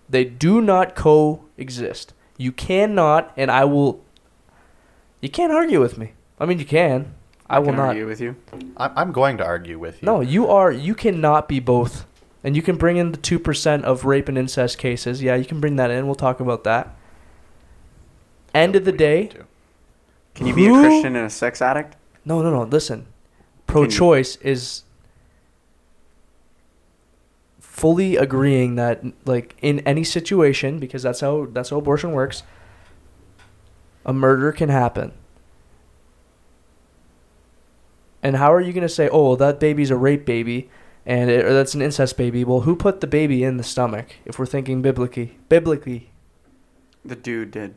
They do not coexist. You cannot, and I will. You can't argue with me. I mean, you can. I, will
Can
not.
argue with you.
I, I'm going to argue with you.
No, you are. You cannot be both, and you can bring in the two percent of rape and incest cases. Yeah, you can bring that in. We'll talk about that. End of the
We don't
day,
need to.
Can you be a
Who-
Christian and a sex addict?
no, no, no. Listen, pro-choice is fully agreeing that, like, in any situation, because that's how that's how abortion works. A murder can happen. And how are you going to say, "Oh, well, that baby's a rape baby," and it, or that's an incest baby? Well, who put the baby in the stomach? If we're thinking biblically, biblically,
The dude did.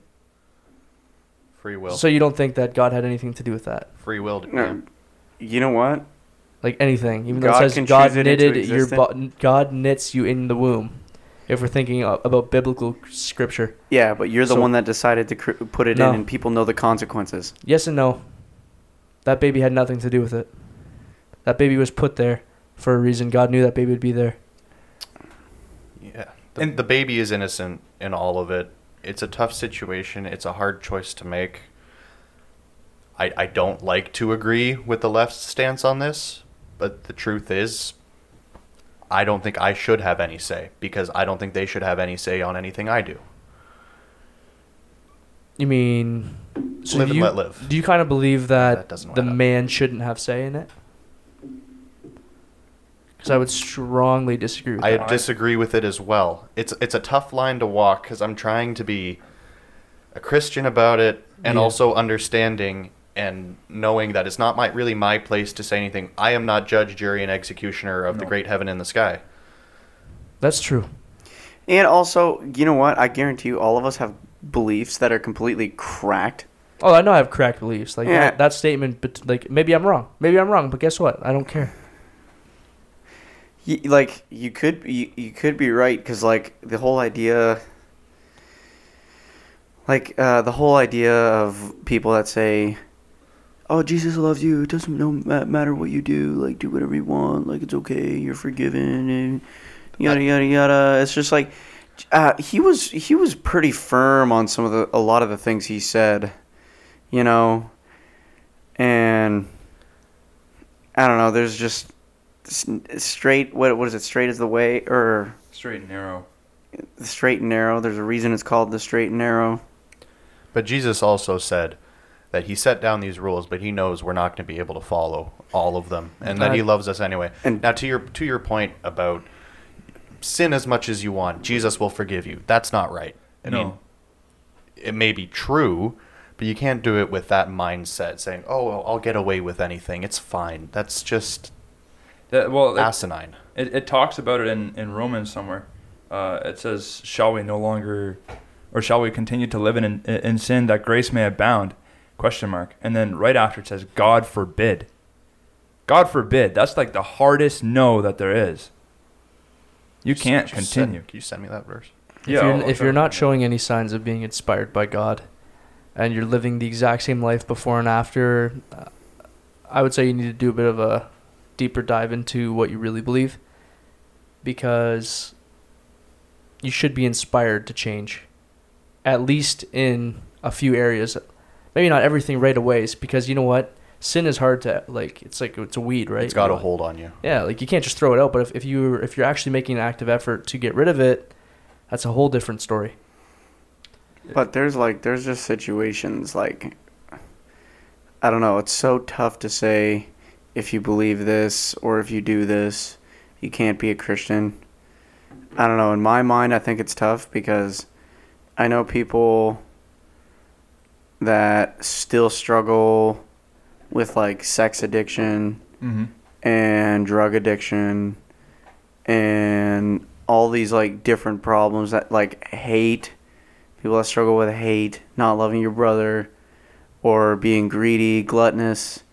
Free will.
so you don't think that God had anything to do with that?
Free will. To
No. You know what?
like anything. Even though
God
it says
can
God
choose it into
knitted your bo- God knits you in the womb. If we're thinking a- about biblical scripture,
Yeah, but you're the
So-
one that decided to cr- put it
No.
in, and people know the consequences.
yes and no. That baby had nothing to do with it. That baby was put there for a reason. God knew that baby would be there.
Yeah. The,
And-
the baby is innocent in all of it. It's a tough situation. It's a hard choice to make. I, I don't like to agree with the left's stance on this, but the truth is, I don't think I should have any say because I don't think they should have any say on anything I do.
You mean, so
Live and
you,
let live.
do you kind of believe that,
That doesn't
the
line up.
man shouldn't have say in it? Because I would strongly disagree with
I
that.
I-
disagree with it as well. It's it's a tough line to walk because I'm trying to be a Christian about it and
Yeah.
also understanding and knowing that it's not my really my place to say anything. I am not judge, jury, and executioner of the
No.
great heaven and the sky.
That's true.
And also, you know what? I guarantee you, all of us have beliefs that are completely cracked.
Oh, I know I have cracked beliefs. Like
Yeah.
that, that statement, but like maybe I'm wrong. Maybe I'm wrong, but guess what? I don't care.
Y like you could you, you could be right because like the whole idea like uh, the whole idea of people that say oh jesus loves you it doesn't no ma- matter what you do like do whatever you want like it's okay you're forgiven and yada yada yada it's just like uh, he was he was pretty firm on some of the a lot of the things he said you know and i don't know there's just s- straight what what is it straight is the way or
Straight and narrow.
the straight and narrow there's a reason it's called the straight and narrow
But Jesus also said that he set down these rules, but he knows we're not going to be able to follow all of them, and that he
Right.
loves us anyway.
And-
now, to your to your point about sin as much as you want, Jesus will forgive you. That's not right. I
no.
mean, it may be true, but you can't do it with that mindset, saying, "Oh, well, I'll get away with anything. It's fine." That's just
That- well, it,
asinine.
it, it talks about it in, in Romans somewhere. Uh, it says, "Shall we no longer, or shall we continue to live in, in in sin that grace may abound?" Question mark. And then right after it says, "God forbid." God forbid. That's like the hardest no that there is. You can't
Just send-
continue.
can you send me that verse?
If you're,
I'll-
if you're not showing any signs of being inspired by God, and you're living the exact same life before and after, uh, I would say you need to do a bit of a deeper dive into what you really believe, because you should be inspired to change, at least in a few areas. Maybe not everything right away, s- because you know what, sin is hard to like. It's like it's a weed, right?
It's got a
You-
hold on you.
yeah, like you can't just throw it out. But if, if you if you're actually making an active effort to get rid of it, that's a whole different story.
But there's like there's just situations like I don't know, it's so tough to say if you believe this or if you do this, you can't be a Christian. I don't know, in my mind I think it's tough because I know people that still struggle with like sex addiction
Mhm.
and drug addiction and all these like different problems that like hate people that struggle with hate not loving your brother or being greedy gluttonous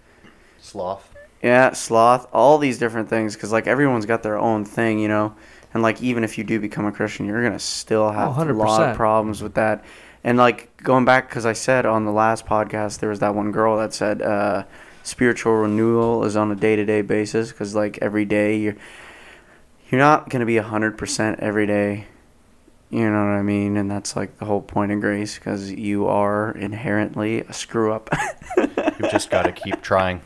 Sloth.
yeah sloth all these different things because like everyone's got their own thing you know and like even if you do become a christian you're gonna still have a lot
100%.
of problems with that and like going back because i said on the last podcast there was that one girl that said uh, spiritual renewal is on a day-to-day basis because like every day you're you're not gonna be 100% every day you know what i mean and that's like the whole point of grace because you are inherently a screw up
You've just got to keep trying.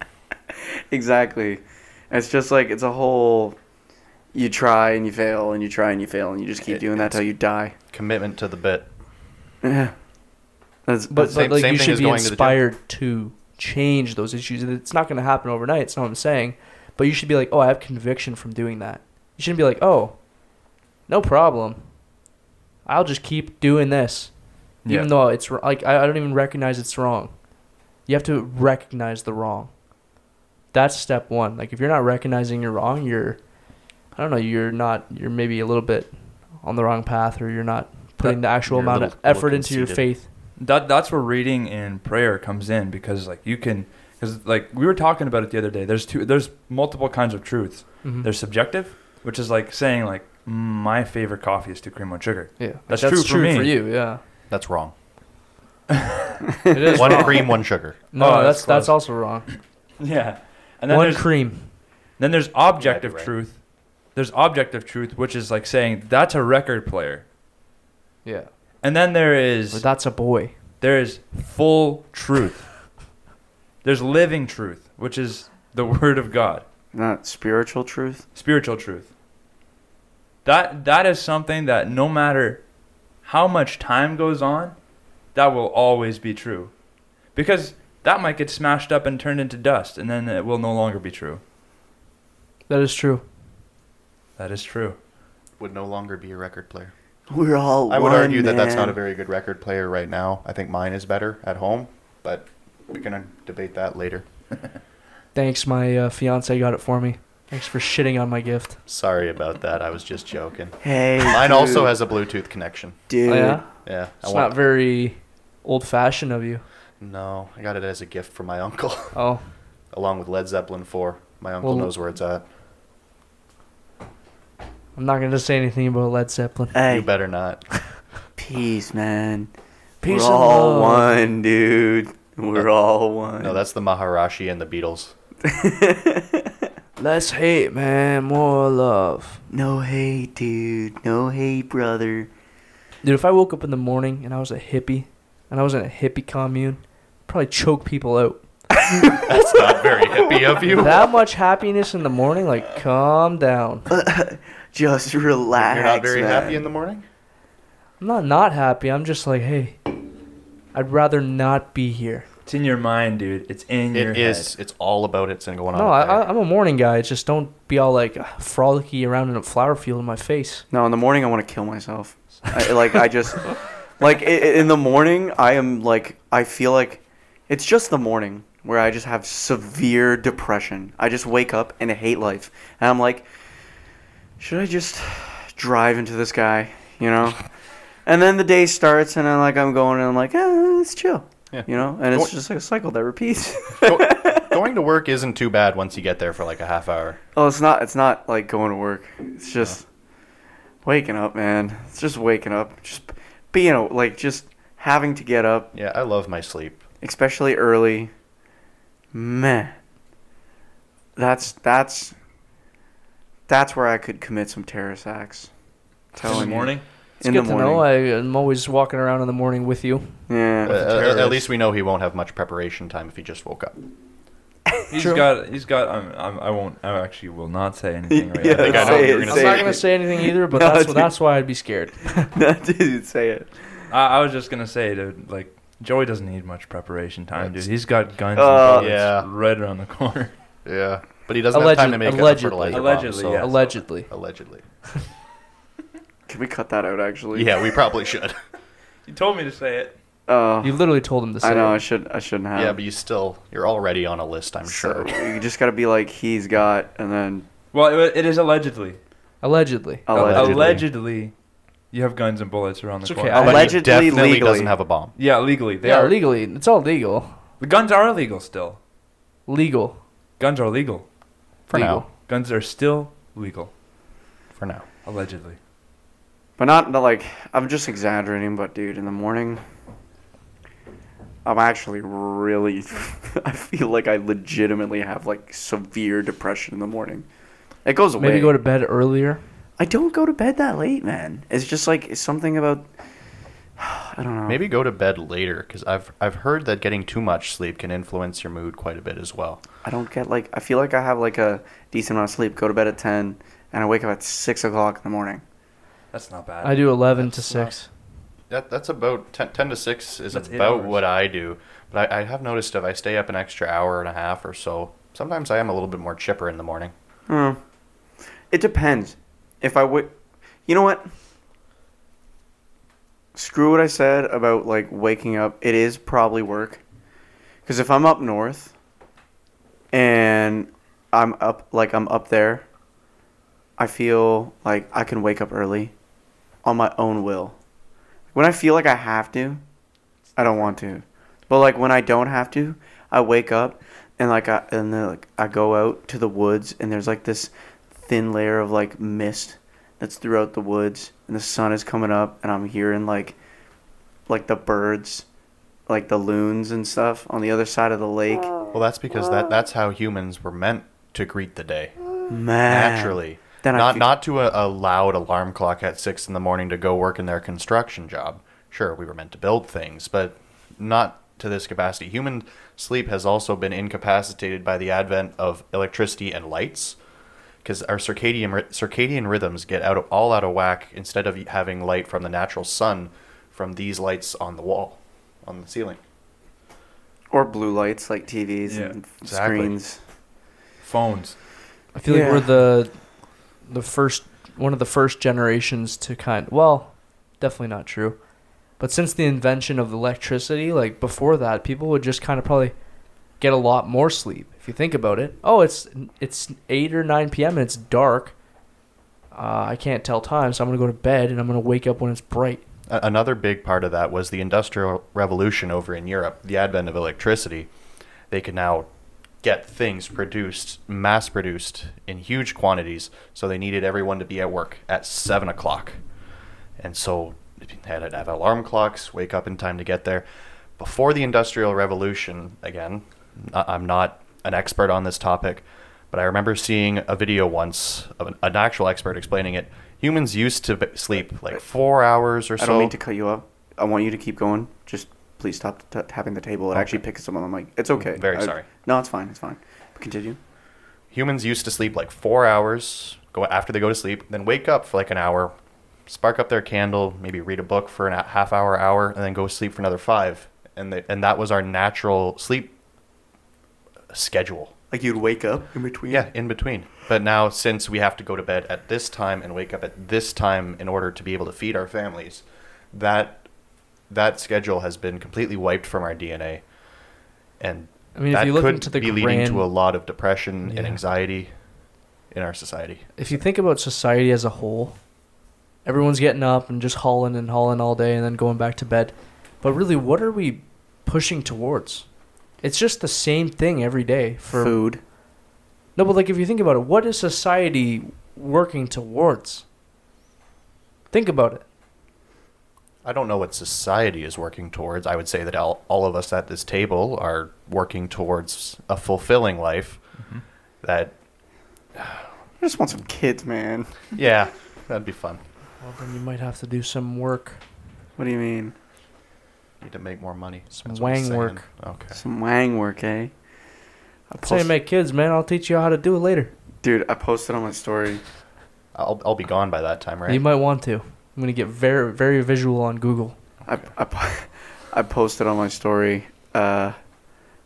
exactly. It's just like it's a whole. You try and you fail and you try and you fail and you just keep
It-
doing that till you die. <laughs>
Commitment to the bit.
Yeah. That's,
But,
Same-
but like
same
you
thing
should
as
be
going to the gym.
inspired to change those issues. And It's not going to happen overnight. It's not what I'm saying. But you should be like, oh, I have conviction from doing that. You shouldn't be like, oh, no problem. I'll just keep doing this,
Yeah.
even though it's wr- like I, I don't even recognize it's wrong. You have to recognize the wrong. That's step one. Like if you're not recognizing you're wrong, you're, I don't know, you're not, you're maybe a little bit on the wrong path, or you're not putting the actual
you're a
amount
little-
of
little
effort into your
conceited.
faith.
that that's where reading and prayer comes in because like you can because like we were talking about it the other day there's two there's multiple kinds of truths
Mhm.
there's subjective which is like saying like "Mm, my favorite coffee is two cream on sugar
Yeah,
That's true for me.
you.
<laughs>
Yeah,
That's wrong.
it is.
one
wrong.
cream, one sugar.
No,
Oh,
that's
that's
that's
close.
also wrong.
<laughs> yeah and then
One
there's
cream.
then there's objective
right.
truth there's objective truth which is like saying that's a record player
Yeah,
and then there is
that's a boy.
there is full truth there's living truth which is the <laughs> word of god
not spiritual truth.
spiritual truth. That that is something that no matter how much time goes on, that will always be true. Because that might get smashed up and turned into dust and then it will no longer be true.
That is true.
That is true.
Would no longer be a record player.
We're all.
I would
one,
argue that that's
man.
not a very good record player right now. I think mine is better at home, but we can uh, debate that later.
Thanks, my uh, fiance got it for me. Thanks for shitting on my gift.
Sorry about that. I was just joking.
Hey.
Mine also
dude,
has a Bluetooth connection.
Dude.
Oh, yeah,
Yeah. I
it's
want-
not very old-fashioned of you.
no, I got it as a gift from my uncle, <laughs>
Oh,
along with Led Zeppelin 4. My uncle
Well-
knows where it's at.
I'm not gonna say anything about Led Zeppelin.
Hey.
You better not.
Peace, man.
Peace
We're
and
all
love.
one, dude. We're all one.
Uh, No, that's the Maharashi and the Beatles.
Less hate, man. More love.
no hate, dude. No hate, brother.
Dude, if I woke up in the morning and I was a hippie, and I was in a hippie commune, I'd probably choke people out.
That's not very hippie of you.
<laughs> that much happiness in the morning, like calm down.
Just relax.
You're not very
man.
happy in the morning?
I'm not not happy. I'm just like, hey, I'd rather not be here.
It's in your mind, dude. It's in your
It is.
head.
It's all about it. It's going on.
no,
up
I,
there.
I, I'm a morning guy. It's just don't be all like frolicky around in a flower field in my face.
No, in the morning I want to kill myself. I, like I just like i- i- in the morning I am like I feel like it's just the morning where I just have severe depression. I just wake up and hate life, and I'm like, should I just drive into this guy, you know? And then the day starts, and I'm like, I'm going, and I'm like, ah, it's chill,
Yeah.
you know? And it's
Go-
just like a cycle that repeats.
Go- going to work isn't too bad once you get there for like a half hour.
Oh, it's not. It's not like going to work. It's just waking up, man. It's just waking up. Just being a- like just having to get up,
Yeah, I love my sleep.
especially early. Man, that's that's that's where I could commit some terrorist acts.
in the
Telling you.
morning.
It's
in
good
the
to
morning.
know. I, I'm always walking around in the morning with you.
Uh,
yeah. <laughs>
With a
uh, at
terrorist.
least we know he won't have much preparation time if he just woke up.
He's
True.
got. He's got. I'm, I'm, I won't. I actually will
<laughs>
not say anything. Right
Yeah,
now.
I think I know
say
what you're
it,
gonna
say
I'm not
it.
gonna say anything either, but
<laughs> No,
that's
dude.
that's why I'd be scared.
No, dude, say it.
I, I was just gonna say, dude. Like Joey doesn't need much preparation time, dude.
That's-
He's got guns
Uh,
and bullets
Yeah.
right around the corner.
Yeah, but he doesn't have time to
Alleged-
make a
allegedly.
fertilizer
Allegedly,
bomb, so-
yeah.
Allegedly,
Allegedly.
Can we cut that out? Actually.
Yeah, we probably should.
You told me to say it.
Oh,
you literally told him to say.
I know. I
it.
should. I shouldn't have.
yeah, but you still you're already on a list, I'm
Um, So,
sure.
you just gotta be like he's got, and
<laughs>
then
Well, it, it is allegedly.
Allegedly.
allegedly.
Allegedly, you have guns and bullets around the
It's okay,
corner.
I-
But he
Allegedly,
definitely
legally.
doesn't have a bomb.
yeah, legally they
yeah,
are.
legally, it's all legal.
The guns are illegal still.
Legal.
Guns are legal.
For
legal.
now.
Guns are still legal,
For now.
allegedly.
But not, not like I'm just exaggerating, but dude, in the morning I'm actually really <laughs> I feel like I legitimately have like severe depression in the morning. It goes away.
Maybe go to bed earlier.
I don't go to bed that late, man. It's just like it's something about <sighs> I don't know.
Hmm. Maybe go to bed later cuz I've I've heard that getting too much sleep can influence your mood quite a bit as well.
I don't get like I feel like I have like a decent amount of sleep, go to bed at ten and I wake up at six o'clock in the morning.
That's not bad.
I do eleven to
That's not-
six.
That that's about 10, 10 to 6 is
That's eight
about
hours.
what I do. But I, I have noticed if I stay up an extra hour and a half or so, sometimes I am a little bit more chipper in the morning.
Hmm. It depends. If I would, you know what? Screw what I said about like waking up. It is probably work. Because if I'm up north, and I'm up like I'm up there, I feel like I can wake up early, on my own will. When I feel like I have to, I don't want to. But like when I don't have to, I wake up and like I and then like I go out to the woods and there's like this thin layer of like mist that's throughout the woods and the sun is coming up and I'm hearing like like the birds, like the loons and stuff on the other side of the lake.
Well, that's because that that's how humans were meant to greet the day.
Man.
Naturally.
Then I
not
feel-
not to a, a loud alarm clock at six in the morning to go work in their construction job. Sure, we were meant to build things, but not to this capacity. Human sleep has also been incapacitated by the advent of electricity and lights, because our circadian ry- circadian rhythms get out of all out of whack. Instead of having light from the natural sun, from these lights on the wall, on the ceiling.
Or blue lights like TVs
Yeah,
and
exactly.
screens.
Phones.
I feel
Yeah.
like we're the the first one of the first generations to kind well, definitely not true. But since the invention of electricity, like before that, people would just kind of probably get a lot more sleep if you think about it. Oh, it's it's 8 or 9 p.m. and it's dark. Uh, I can't tell time, so I'm going to go to bed and I'm going to wake up when it's bright.
A- Another big part of that was the Industrial Revolution over in Europe, the advent of electricity. They could now get things produced, mass produced, in huge quantities, so they needed everyone to be at work at 7 o'clock. And so they had to have alarm clocks, wake up in time to get there. Before the Industrial Revolution, again, I- I'm not an expert on this topic, but I remember seeing a video once of an, an actual expert explaining it. Humans used to b- sleep like four hours or
I
so.
don't mean to cut you up. I want you to keep going. Just please stop t- tapping the table. It actually picks up on the mic. It's okay.
Very
I-
sorry.
No, it's fine. It's fine. Continue.
humans used to sleep like four hours go after they go to sleep then wake up for like an hour spark up their candle maybe read a book for an a half hour hour and then go sleep for another five and they and that was our natural sleep schedule.
Like you'd wake up in between.
Yeah, in between. But now, since we have to go to bed at this time and wake up at this time in order to be able to feed our families, that that schedule has been completely wiped from our DNA, and
I mean, if
that
you look
could
into the
be leading
grand,
to a lot of depression
Yeah.
and anxiety in our society.
if you think about society as a whole, everyone's getting up and just hauling and hauling all day and then going back to bed. But really, what are we pushing towards? It's just the same thing every day for
Food.
No, but like if you think about it, what is society working towards? Think about it.
I don't know what society is working towards. I would say that all, all of us at this table are working towards a fulfilling life.
Mm-hmm.
That
I just want some kids, man.
yeah, <laughs> that'd be fun.
Well, then you might have to do some work,
What do you mean?
Need to make more money.
some
That's what he's
wang
saying.
work.
Okay.
Some wang work, eh? I
Say you
post-
make kids, man. I'll teach you how to do it later.
Dude, I posted on my story.
I'll, I'll be gone by that time, right?
You might want to. I'm gonna get very, very visual on
<laughs>
Google.
I, I, po- <laughs> I posted on my story uh,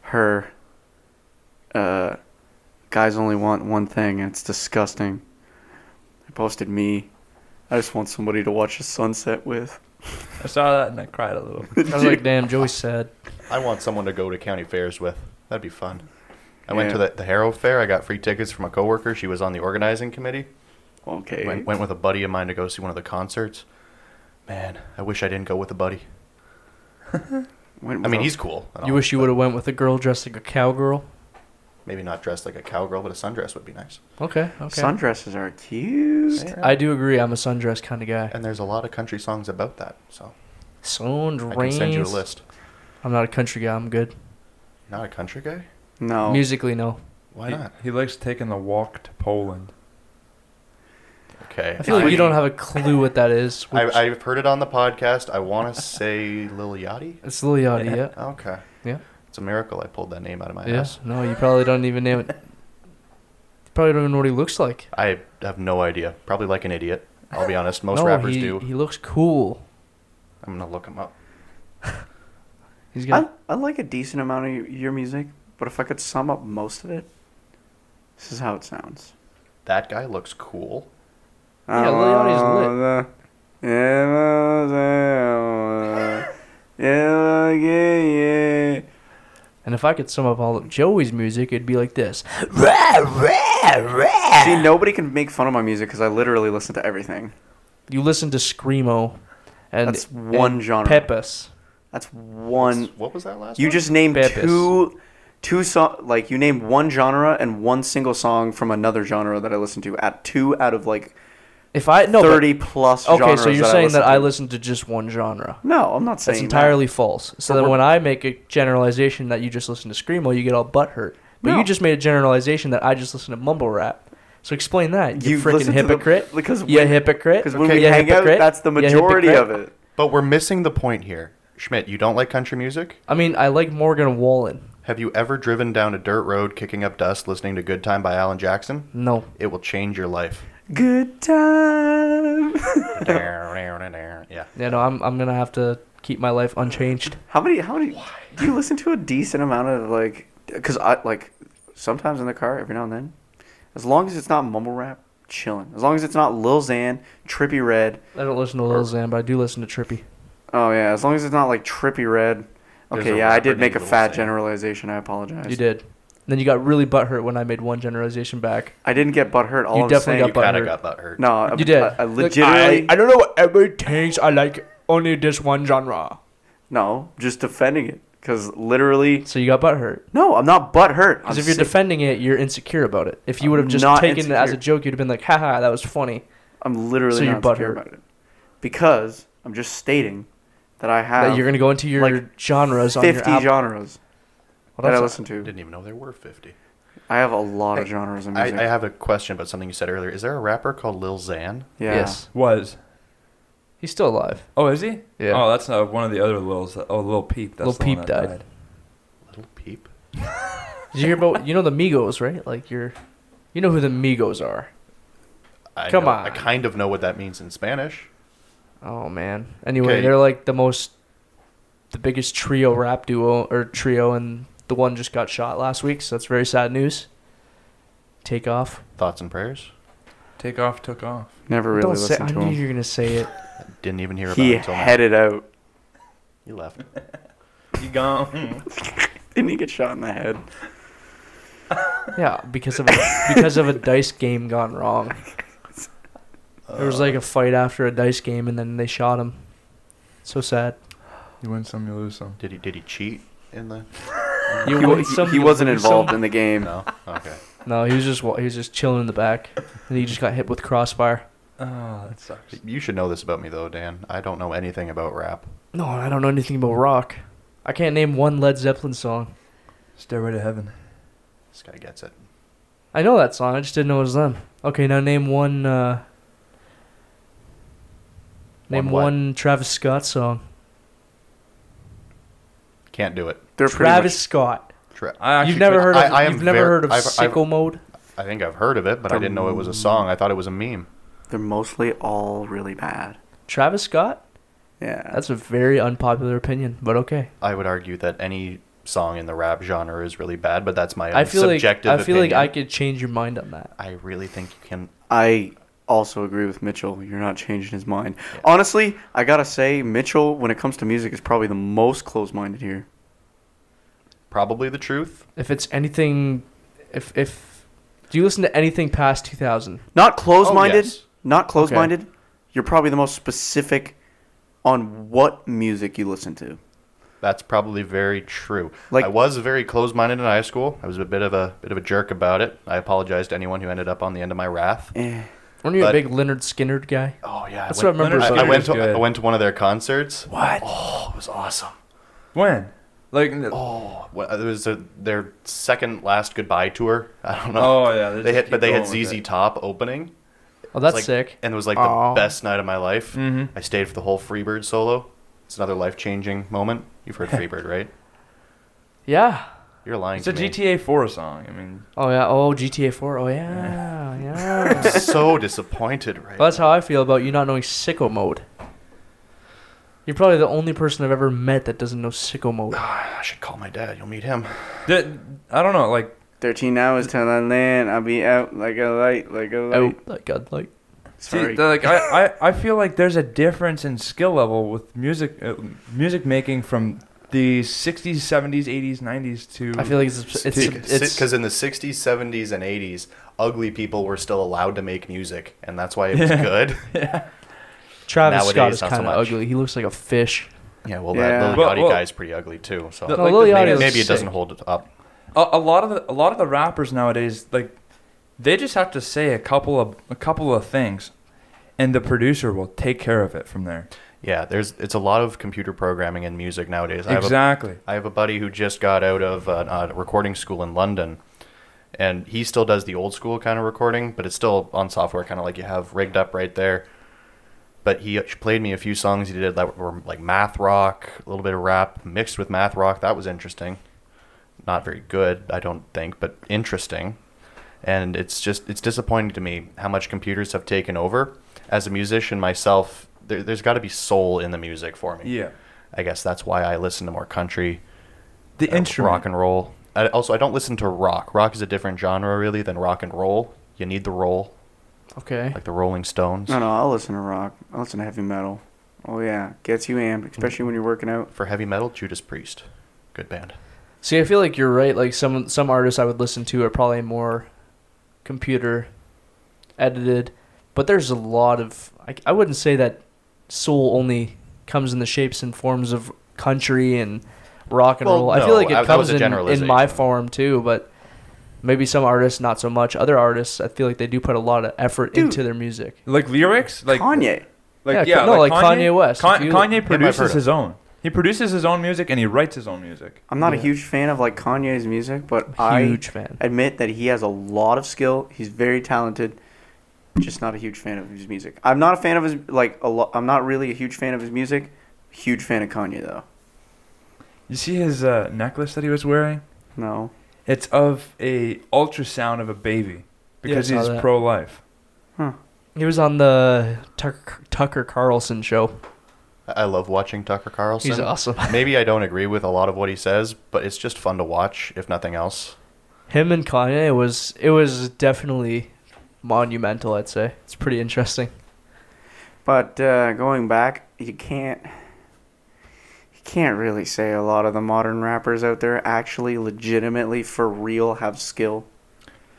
her uh, guys only want one thing and it's disgusting. I posted me. I just want somebody to watch the sunset with.
I saw that and I cried a little.
I was like, damn, Joey's sad.
I want someone to go to county fairs with. That'd be fun. I went
Yeah.
to the, the Harrow Fair. I got free tickets from a coworker. She was on the organizing committee.
Okay.
Went, went with a buddy of mine to go see one of the concerts. Man, I wish I didn't go with a buddy.
Went
I mean,
with
he's cool. and
You
all,
wish you
but
would have went with a girl dressed like a cowgirl.
Maybe not dressed like a cowgirl, but a sundress would be nice.
Okay,
a-
okay.
Sundresses are cute.
I do agree. I'm a sundress kind of guy.
And there's a lot of country songs about that, so I
Sundress.
can send you a list.
I'm not a country guy. I'm good.
Not a country guy?
No.
Musically, no.
Why
he,
not?
He likes taking the walk to Poland.
Okay.
I feel like
I-
you don't have a clue what that is.
<laughs>
which-
I, I've heard it on the podcast. I want to <laughs> say Lil Yachty.
it's Lil Yachty, yeah.
Okay.
Yeah.
It's a miracle I pulled that name out of my
Yeah.
ass.
No, you probably don't even
<laughs>
name it. You probably don't even know what he looks like.
I have no idea. Probably like an idiot. I'll be
<laughs>
honest. Most
no,
rappers
he,
do.
He looks cool.
I'm gonna look him up.
He's
I,
got.
I like a decent amount of y- your music, but if I could sum up most of it, this is how it sounds.
That guy looks cool.
Yeah, Lil Yachty's lit.
Yeah, yeah, yeah, yeah.
And if I could sum up all of Joey's music, it'd be like this.
See, nobody can make fun of my music because I literally listen to everything.
You listen to screamo, and
That's one
and
genre.
Peppes.
That's one.
What's- what was that last?
You
one?
just named
Peppers.
two, two song like you named one genre and one single song from another genre that I listen to. At two out of like
If I no but-
thirty plus.
okay,
genres
so you're saying that
to.
I listen to just one genre.
No, I'm not saying
That's
that.
entirely false. So
But
then
we're-
when I make a generalization that you just listen to screamo, you get all butthurt. But
No.
you just made a generalization that I just listen to mumble rap. So explain that. You,
You've
freaking
listened to the-
hypocrite.
because
you
when-
hypocrite.
Because when
Okay,
we
you
hang
hypocrite.
out, that's the
You
majority
hypocrite.
of it.
But we're missing the point here. Schmidt, you don't like country music?
I mean, I like Morgan Wallen.
Have you ever driven down a dirt road kicking up dust listening to Good Time by Alan Jackson?
No.
It will change your life.
Good
<laughs>
time.
yeah.
Yeah, no, I'm, I'm going to have to keep my life unchanged.
how many? How many? Do you listen to a decent amount of like? Because I like sometimes in the car every now and then. As long as it's not mumble rap, chilling. As long as it's not Lil Xan, Trippy Red.
I don't listen to Lil Xan, but I do listen to Trippy.
Oh yeah, as long as it's not like Trippy Red.
There's
Okay,
a
yeah, I
rapper
did make a
named Lil
fat
Xan.
generalization. I apologize.
You did. And then you got really butthurt when I made one generalization back.
I didn't get butthurt. All
You
I'm
definitely
saying.
You kind
butthurt.
of got butthurt. hurt.
no, I,
You did.
I, I
Look,
legitimately.
I, I don't know what everybody thinks. I like only this one genre.
no, just defending it because literally.
So you got butthurt.
No, I'm not butthurt. I'm
Because if you're
sick.
defending it, you're insecure about it. If you would have
I'm
just
not
taken it as a
insecure.
joke, you'd have been like, haha, that was funny.
I'm literally
So you're
not insecure
butthurt.
about it because I'm just stating that I have
that you're going to go into your
like,
genres on your
50
app.
genres
Well,
that I
that's-
listen to.
Didn't even know there were 50.
I have a lot of genres in
I,
music.
I have a question about something you said earlier. Is there a rapper called Lil Xan?
yeah.
Yes.
Was.
He's still alive.
Oh, is he?
Yeah.
Oh, that's uh, one of the other Lils. that- Oh, Lil Peep. That's
Lil
the one
Peep
that
died.
Little Peep?
Did you hear about, you know the Migos, right? Like, you're, you know who the Migos are.
I
Come
know-
on.
I kind of know what that means in Spanish.
Oh, man. Anyway,
Okay.
they're like the most the biggest trio rap duo or trio, and the one just got shot last week. So that's very sad news. Take off.
Thoughts and prayers?
Take off, took off.
Never really
Don't say.
listened
I
to
knew
him.
you were gonna say
<laughs>
it.
Didn't even hear about
He
it until now.
headed out. <laughs>
He left.
You gone.
Didn't he get shot in the head?
Yeah, because of a, because of a dice game gone wrong. There was like a fight after a dice game, and then they shot him. So sad.
you win some, you lose some.
Did he? Did he cheat in the?
You
He, wa-
win
he-
some,
he
you
wasn't
lose some.
involved in the game.
No. Okay.
No, he was just wa- he was just chilling in the back, and he just got hit with crossfire.
Oh, that sucks.
You should know this about me though, Dan. I don't know anything about rap.
No, I don't know anything about rock. I can't name one Led Zeppelin song.
Stairway to heaven.
This guy gets it.
I know that song. I just didn't know it was them. Okay, now name one. Uh, name
One what?
one Travis Scott song.
Can't do it.
They're pretty
Travis
much-
Scott.
Tra-
I actually
you've never
could-
heard of.
I- I am
you've never
ver-
heard of
I've- I've-
Sicko Mode.
I think I've heard of it, but I didn't know it was a song. I thought it was a meme.
they're mostly all really bad.
Travis Scott.
Yeah.
That's a very unpopular opinion, but okay.
I would argue that any song in the rap genre is really bad, but that's my own
I feel like I
subjective
feel like
opinion.
I could change your mind on that.
I really think you can.
I also agree with Mitchell. You're not changing his mind. Honestly, I gotta say, Mitchell, when it comes to music, is probably the most closed-minded here.
Probably the truth.
If it's anything, if if do you listen to anything past two thousand?
Not closed-minded.
yes.
Not closed-minded. You're probably the most specific on what music you listen to.
That's probably very true.
Like-
I was very closed-minded in high school. I was a bit of a bit of a jerk about it. I apologize to anyone who ended up on the end of my wrath.
Eh.
Weren't you a
But-
big Leonard Skinner guy?
Oh yeah,
That's
I went,
what I remember.
I, I
Leonard
went to
Skinner's
I
good.
went to one of their concerts.
What?
Oh, it was awesome.
When? Like. in the-
Oh, well, it was a, their second last goodbye tour. I don't know.
Oh, yeah, they
they
just
had,
keep
but they had
going with
ZZ
it.
Top opening.
Oh, that's
like-
sick. Mm.
And it was like
Aw.
the best night of my life.
Mhm.
I stayed for the whole Freebird solo. It's another life changing moment. You've
<laughs>
heard Freebird, right?
Yeah.
You're lying
It's
to
a
me.
GTA 4 song. I mean,
Oh yeah. Oh GTA Four.
<laughs>
Oh yeah. Yeah.
I'm so <laughs> disappointed right
Well, that's how I feel about you not knowing sicko mode. You're probably the only person I've ever met that doesn't know sicko mode.
Ah, I should call my dad. You'll meet him.
th- I don't know. Like,
Thirteen hours till I land. I'll be out like a light, like a light.
Oh, like God, like
Sorry.
See, the-
<gasps>
like I, I, I feel like there's a difference in skill level with music, uh, music making from the 60s, 70s, 80s, 90s to.
I feel like it's it's it's,
Because in the 60s, 70s, and 80s, ugly people were still allowed to make music, and that's why it was good.
Travis Scott
nowadays,
is
not so
kind of
much.
ugly. He looks like a fish.
Yeah, well,
Yeah.
that Lil
Well,
Yachty
well-
guy's pretty ugly, too. So
The-
No,
like
Lil
the
Yachty
main-
is
maybe it doesn't
sick.
hold it up.
a, a lot of the, a lot of the rappers nowadays, like, they just have to say a couple of a couple of things, and the producer will take care of it from there.
Yeah, there's it's a lot of computer programming in music nowadays. I have a
Exactly.
I have a buddy who just got out of a, a recording school in London, and he still does the old school kind of recording, but it's still on software, kind of like you have rigged up right there. But he played me a few songs he did that were like math rock, a little bit of rap mixed with math rock. That was interesting. Not very good, I don't think, but interesting. And it's just it's disappointing to me how much computers have taken over. As a musician myself, there, there's got to be soul in the music for me.
yeah.
I guess that's why I listen to more country,
The
uh,
instrument.
rock and roll. I, also, I don't listen to rock. Rock is a different genre, really, than rock and roll. You need the roll,
Okay.
like the Rolling Stones.
no, no. I'll listen to rock. I'll listen to heavy metal. Oh yeah, gets you amped, especially when you're working out.
For heavy metal, Judas Priest, good band.
See, I feel like you're right. Like some some artists I would listen to are probably more computer edited, but there's a lot of I, I wouldn't say that soul only comes in the shapes and forms of country and rock and
Well,
roll. I feel
no,
like
I-
it
that was
comes
a
in in my
generalization.
form too, but maybe some artists not so much. Other artists, I feel like they do put a lot of effort
Dude.
into their music.
Like lyrics, like
Kanye.
like
Yeah,
yeah,
no,
like,
like Kanye West,
Con-
if you-
Kanye
heard
produces
of
his own. He produces his own music and he writes his own music.
I'm not
Yeah.
a huge fan of like Kanye's music, but
I'm a
I
huge fan.
admit that he has a lot of skill. He's very talented. Just not a huge fan of his music. I'm not a fan of his like a lo- I'm not really a huge fan of his music. Huge fan of Kanye though.
You see his uh, necklace that he was wearing?
No.
It's of a ultrasound of a baby because
I saw
he's
that.
pro life.
He was on the Tucker, Tucker Carlson show.
I love watching Tucker Carlson.
He's awesome.
Maybe I don't agree with a lot of what he says, but it's just fun to watch, if nothing else.
<laughs> Him and Kanye was it was definitely monumental. I'd say it's pretty interesting.
But uh, going back, you can't you can't really say a lot of the modern rappers out there actually legitimately for real have skill.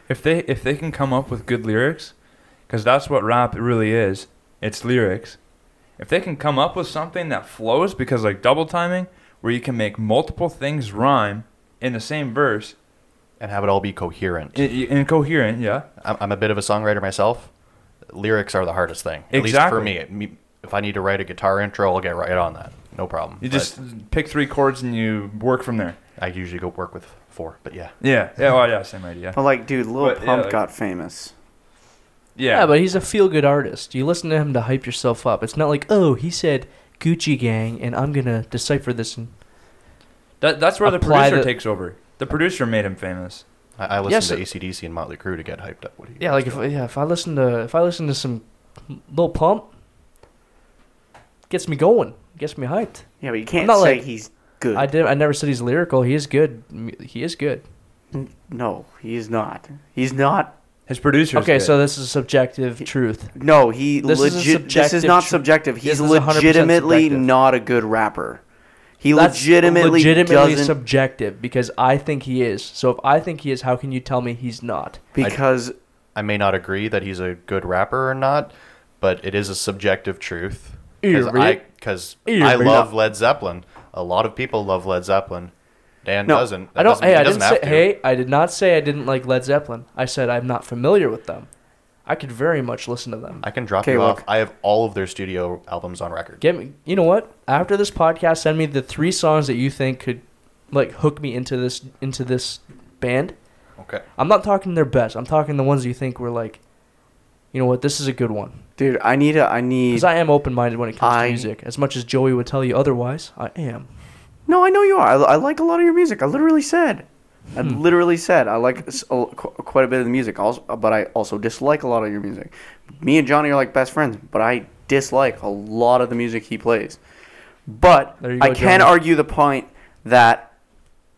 If they if they can come up with good lyrics, because that's what rap really is. It's lyrics. If they can come up with something that flows, because like double timing, where you can make multiple things rhyme in the same verse
And have it all be coherent.
i- i- and coherent, yeah.
I'm, I'm a bit of a songwriter myself. Lyrics are the hardest thing. At least for
Exactly.
me. It- me. If I need to write a guitar intro, I'll get right on that. No problem.
You
But
just pick three chords and you work from there.
I usually go work with four, but yeah.
Yeah. Yeah. Oh yeah. Same idea.
But like, dude, Lil
But, yeah,
Pump
like-
got famous.
Yeah.
but he's a feel-good artist. You listen to him to hype yourself up. It's not like oh he said Gucci Gang and I'm gonna decipher this. And
that, that's where the
Apply
producer
the-
takes over. The producer made him famous.
I, I listen
Yes,
to
it-
ACDC and Motley Crue to get hyped up. What do you
yeah, like if yeah if I listen to if I listen to some Lil Pump, gets me going, gets me hyped.
Yeah, but you can't
not
say
like-
he's good.
I did I never said he's lyrical. He is good. M- He is good.
N- no, he is not. He's not.
His producer. is
Okay,
good.
so this is subjective truth.
No, he
This is a
legit. this is
subjective
not
tr-
subjective.
Yes,
He's
this is 100%
legitimately
subjective.
not a good rapper. He
That's
legitimately,
legitimately
doesn't
subjective because I think he is. So if I think he is, how can you tell me he's not?
because
I may not agree that he's a good rapper or not, but it is a subjective truth.
You're
Because I,
right.
'cause
You're
I
right.
love Led Zeppelin. A lot of people love Led Zeppelin. Dan
No,
doesn't. That
I don't.
doesn't-
Hey,
he
I
doesn't
didn't
have
say.
to.
Hey, I did not say I didn't like Led Zeppelin. I said I'm not familiar with them. I could very much listen to them.
I can drop
Okay,
you
look.
off. I have all of their studio albums on record.
Get me. You know what? After this podcast, send me the three songs that you think could, like, hook me into this into this band.
Okay.
I'm not talking their best. I'm talking the ones you think were like, you know what? This is a good one.
dude, I need a. I need.
Because I am open minded when it comes
I-
to music. As much as Joey would tell you otherwise, I am.
No, I know you are. I, I like a lot of your music. I literally said, I
Hmm.
literally said I like s- a- qu- quite a bit of the music. Also, but I also dislike a lot of your music. Me and Johnny are like best friends, but I dislike a lot of the music he plays. But
There you
I
go,
can
Johnny.
argue the point that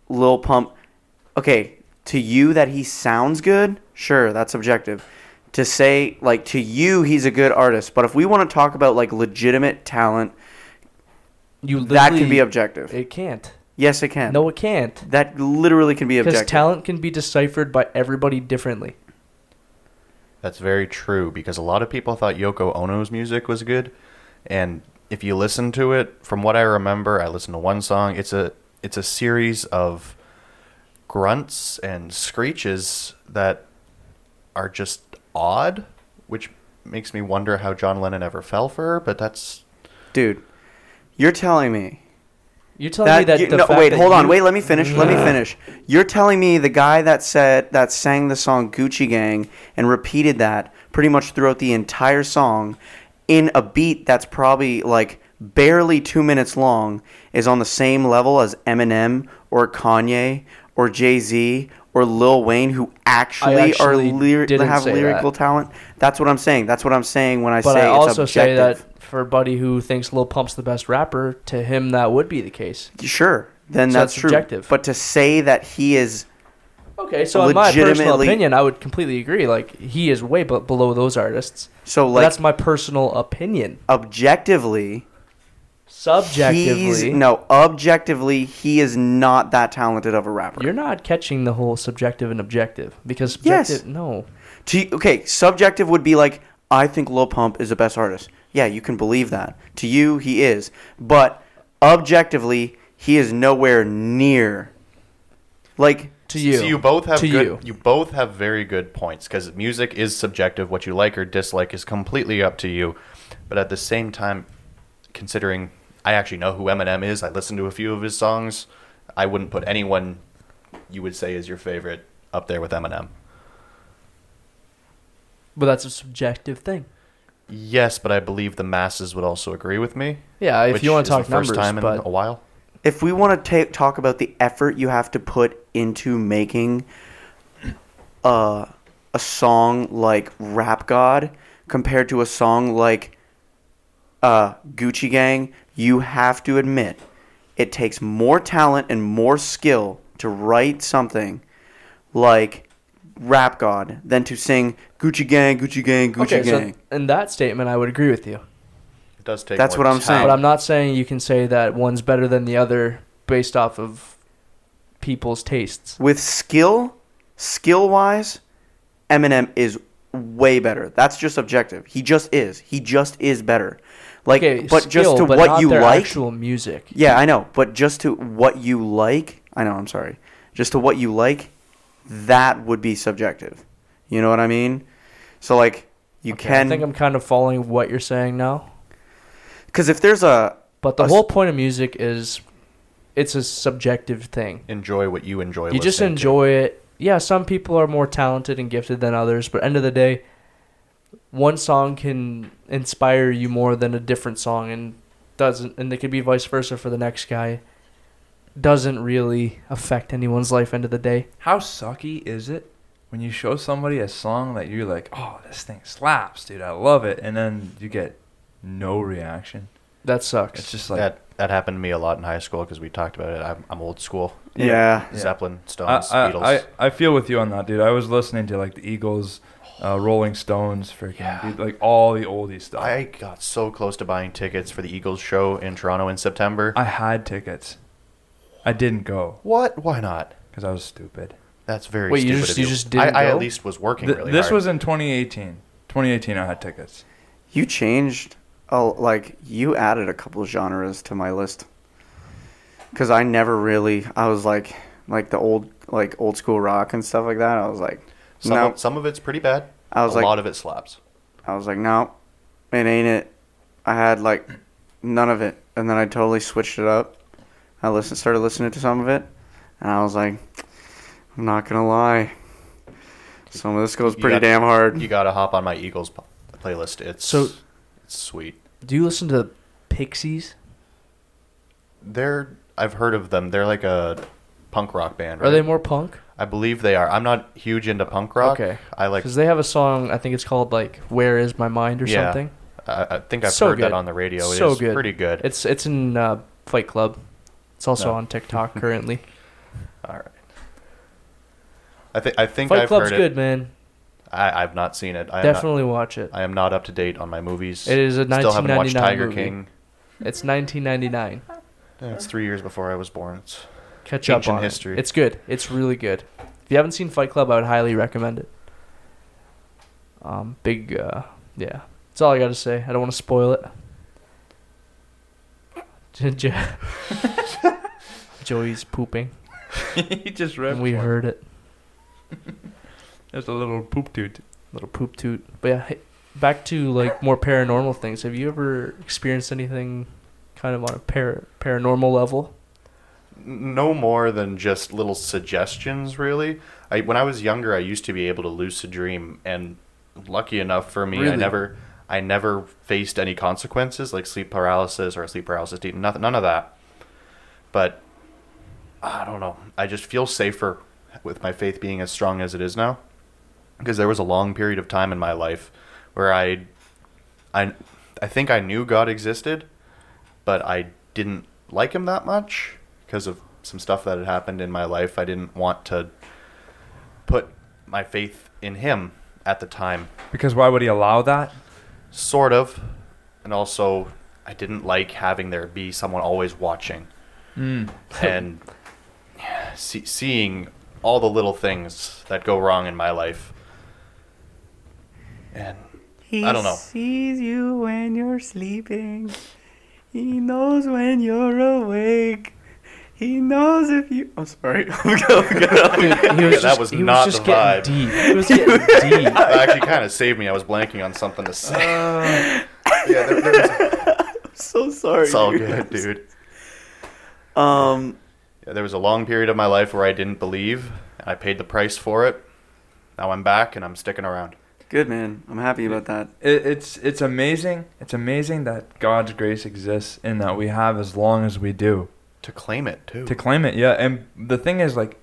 Lil Pump, okay, to you that he sounds good, sure, that's subjective. To say like to you he's a good artist, but if we want to talk about like legitimate talent,
You
that can
literally-
be objective.
It can't.
yes, it can.
No, it can't.
That literally can be
Because
objective.
talent can be deciphered by everybody differently.
That's very true because a lot of people thought Yoko Ono's music was good, and if you listen to it, from what I remember, I listened to one song. It's a it's a series of grunts and screeches that are just odd, which makes me wonder how John Lennon ever fell for her. But that's
Dude, you're telling me
You're telling me
that,
that
you-
the
no,
fact
wait,
that
hold on.
you-
Wait, let me finish. Let me finish. You're telling me the guy that said that sang the song Gucci Gang and repeated that pretty much throughout the entire song in a beat that's probably like barely 2 minutes long is on the same level as Eminem or Kanye or Jay-Z or Lil Wayne who actually,
actually
are lyri-
didn't
have
say
lyrical talent. That's what I'm saying. That's what I'm saying when I
But
say
I also
it's
say
objective.
that for a buddy who thinks Lil Pump's the best rapper, to him that would be the case.
Sure, then
So
that's,
that's
true.
subjective.
But to say that he is,
Okay, so in my personal
Legitimately-
opinion, I would completely agree. Like he is way b- below those artists.
so
But
like
that's my personal opinion.
objectively,
Subjectively,
he's, no, objectively, he is not that talented of a rapper.
You're not catching the whole subjective and objective because
Yes.
subjective. No,
To, okay, subjective would be like, I think Lil Pump is the best artist. Yeah, you can believe that. To you, he is, but objectively, he is nowhere near. Like,
to you.
So you both have
to
good,
you.
both have very good points because music is subjective. What you like or dislike is completely up to you. But at the same time, considering I actually know who Eminem is, I listen to a few of his songs. I wouldn't put anyone you would say is your favorite up there with Eminem.
But that's a subjective thing.
Yes, but I believe the masses would also agree with me.
Yeah, if
which
you want
is
to talk
the first
numbers,
time in
but
a while.
if we want to ta- talk about the effort you have to put into making uh, a song like Rap God compared to a song like uh, Gucci Gang, you have to admit it takes more talent and more skill to write something like Rap God than to sing Gucci Gang, Gucci Gang, Gucci
okay,
Gang.
so in that statement, I would agree with you.
It does take.
That's
more
what I'm saying.
talent.
But I'm not saying you can say that one's better than the other based off of people's tastes.
With skill, skill wise, Eminem is way better. That's just objective. He just is. He just is better. Like,
okay,
but just
skill,
to
but
what
not
you
their
like,
actual music.
Yeah, I know, but just to what you like, I know, I'm sorry. Just to what you like, that would be subjective. You know what I mean? So like you
Okay, I think
can
I'm kind of following what you're saying now.
cuz if there's a
But the
A s-
whole point of music is it's a subjective thing.
enjoy what you enjoy.
You just
listening to.
enjoy it. Yeah, some people are more talented and gifted than others, but end of the day, one song can inspire you more than a different song and doesn't and it could be vice versa for the next guy. Doesn't really affect anyone's life end of the day.
How sucky is it when you show somebody a song that you're like, oh, this thing slaps, dude, I love it, and then you get no reaction?
That sucks.
It's just like
that. That happened to me a lot in high school because we talked about it. I'm, I'm old school.
yeah,
Yeah.
Zeppelin, Stones,
I,
Beatles.
I, I, I feel with you on that, dude. I was listening to like the Eagles, uh, Rolling Stones, freaking
Oh. Yeah.
dude, like all the oldie stuff.
I got so close to buying tickets for the Eagles show in Toronto in September.
I had tickets. I didn't go
what? Why not?
because I was stupid.
That's very
Wait, you
stupid
just-
of
you
you.
just
I,
didn't
I
go?
at least was working
Th-
really
this
hard.
was in 2018. 2018, I had tickets.
you changed oh like you added a couple genres to my list. Cuz I never really I was like like the old like old school rock and stuff like that. I was like
some,
no.
of, some of it's pretty bad.
I was
a
like-
lot of it slaps.
I was like, no, it ain't it. I had like none of it, and then I totally switched it up. I listened, started listening to some of it, and I was like, I'm not gonna lie, some of this goes
You
pretty
got-
damn hard.
You got to hop on my Eagles p- playlist. It's
So-
it's sweet.
Do you listen to the Pixies?
They're I've heard of them. They're like a punk rock band. Right?
Are they more punk?
I believe they are. I'm not huge into punk rock.
Okay.
I like.
Because they have a song, I think it's called like "Where Is My Mind" or
Yeah.
something.
I, I think I've
So
heard
good.
that on the radio. It is
So good.
pretty good.
It's it's in uh, Fight Club. It's also
No. <laughs>
on TikTok currently.
All right. I think I think
Fight
I've
Club's
heard
good,
it.
man.
I, I've not seen it. I am not-
Definitely watch it.
I am not up to date on my movies.
It is a
Still haven't watched
1999
Tiger
movie.
King.
It's 1999.
Yeah, it's three years before I was born. It's-
Catch up
Ancient
on
history.
It. It's good. It's really good. If you haven't seen Fight Club, I would highly recommend it. Um, big, uh, yeah. That's all I gotta say. I don't want to spoil it. <laughs> Jo- Jo- <laughs> Joey's pooping.
<laughs> he just
and
ripped.
we
one.
heard it.
There's a little poop dude.
Little poop toot. But yeah, hey, back to like more paranormal things. Have you ever experienced anything kind of on a par- paranormal level?
no more than just little suggestions really I, when i was younger i used to be able to lucid dream and lucky enough for me i
Really?
never i never faced any consequences like sleep paralysis or sleep paralysis deep nothing none of that but i don't know i just feel safer with my faith being as strong as it is now because there was a long period of time in my life where i i i think i knew god existed but I didn't like him that much because of some stuff that had happened in my life. I didn't want to put my faith in him at the time,
Because why would he allow that?
sort of. And also, I didn't like having there be someone always watching
Hmm.
and see- seeing all the little things that go wrong in my life. And I don't know.
sees you when you're sleeping. He knows when you're awake. He knows if you. I'm sorry. <laughs>
Dude, he was
<laughs> Yeah, that
just,
was
he
not
was just
the vibe.
getting deep. He
<laughs>
was getting deep.
That actually kind of saved me. I was blanking on something to say.
Uh,
yeah, there, there was,
so sorry.
it's all
dude.
good, dude.
Um.
Yeah, there was a long period of my life where I didn't believe, and I paid the price for it. Now I'm back, and I'm sticking around.
Good man. I'm happy about that.
It, it's it's amazing. It's amazing that God's grace exists and that we have as long as we do
To claim it too.
to claim it. Yeah, and the thing is, like,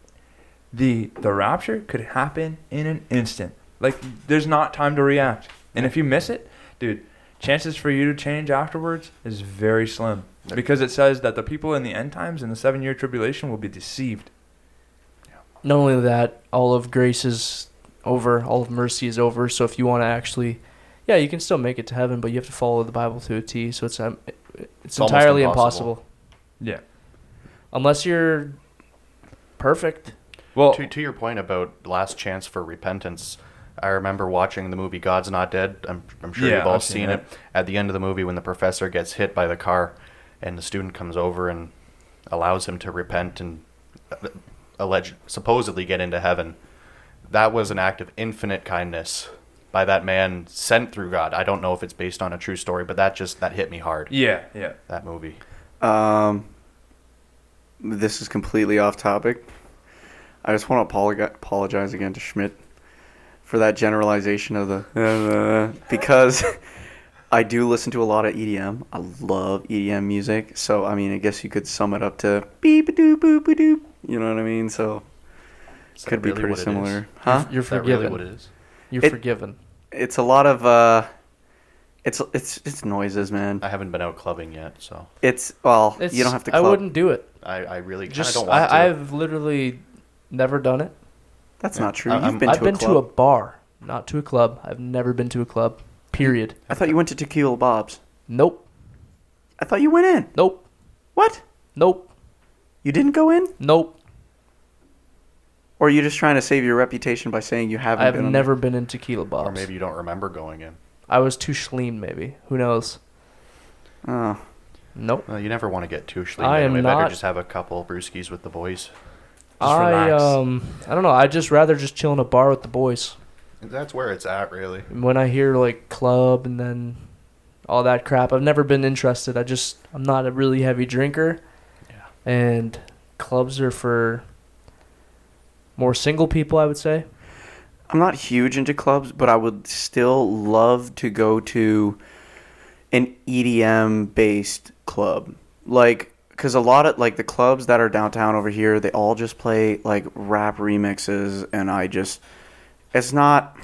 the the rapture could happen in an instant. Like, there's not time to react, and if you miss it, dude, chances for you to change afterwards is very slim because it says that the people in the end times in the seven year tribulation will be deceived.
Not only that, all of grace is over, all of mercy is over. So if you want to actually, yeah, you can still make it to heaven, but you have to follow the Bible to a T. So it's um, it's,
almost
entirely
impossible.
impossible.
Yeah.
unless you're perfect.
Well,
to, to your point about last chance for repentance, I remember watching the movie God's Not Dead. I'm, I'm sure
Yeah,
you've all
I've
seen,
seen
it. At the end of the movie, when the professor gets hit by the car, and the student comes over and allows him to repent and uh, alleged supposedly get into heaven, that was an act of infinite kindness by that man sent through God. I don't know if it's based on a true story, but that just that hit me hard.
yeah, yeah.
That movie.
Um, this is completely off topic. I just want to apologize, apologize again to Schmidt for that generalization of the <laughs> because I do listen to a lot of EDM. I love EDM music, so I mean, I guess you could sum it up to beep a doop boop a doop. You know what I mean? So
Is that
could be
really
pretty
what it is?
similar, huh?
You're
Is that really
forgiven.
what it is?
You're
It-
forgiven.
It's a lot of uh, it's it's it's noises, man.
I haven't been out clubbing yet, so
It's well,
It's,
you don't have to.
I
Club.
wouldn't do it.
I, I really kind of
Just
don't want to.
I, I've literally never done it.
That's
Yeah.
not true.
I-
You've
I'm-
been
I've
to
been
a club.
to a bar, not to a club. I've never been to a club. Period.
I thought you went to Tequila Bob's.
Nope.
I thought you went in.
Nope.
What?
Nope.
You didn't go in?
Nope.
Or are you just trying to save your reputation by saying you haven't
I've
been on
never been in tequila bobs.
Or maybe you don't remember going in.
I was too schleen, maybe. Who knows?
the- Oh.
Nope.
Well, you never want to get too schleemed.
I am
anyway. Better
not-
just have a couple brewskis with the boys.
I
relax.
um I don't know. I just rather just chill in a bar with the boys.
That's where it's at, really.
And When I hear like club and then all that crap, I've never been interested. I just I'm not a really heavy drinker.
Yeah.
And clubs are for more single people, I would say.
I'm not huge into clubs, but I would still love to go to an EDM based club. Like, because a lot of, like, the clubs that are downtown over here, they all just play, like, rap remixes, and I just, it's not,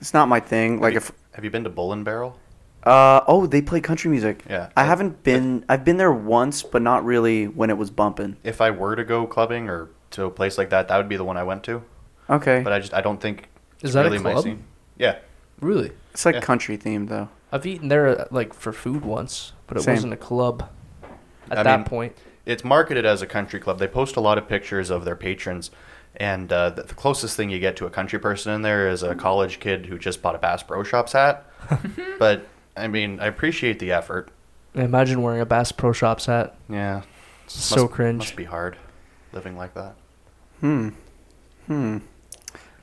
it's not my thing. Like, if,
Have you been to Bull and Barrel?
uh, oh, they play country music.
Yeah.
I haven't been, I've been there once, but not really when it was bumping.
If I were to go clubbing or to a place like that, that would be the one I went to.
Okay.
But I just I don't think
Is
it's
that a
really my
club?
scene. Yeah.
Really?
It's like
Yeah.
country themed though.
I've eaten there uh, like for food once, but it
Same.
wasn't a club. At
I
that
mean-
point,
It's marketed as a country club. They post a lot of pictures of their patrons, and uh, the, the closest thing you get to a country person in there is a college kid who just bought a Bass Pro Shops
<laughs>
hat. but I mean, I appreciate the effort.
imagine wearing a Bass Pro Shops hat.
Yeah.
so
Must-
cringe.
Must be hard living like that.
Hmm. Hmm.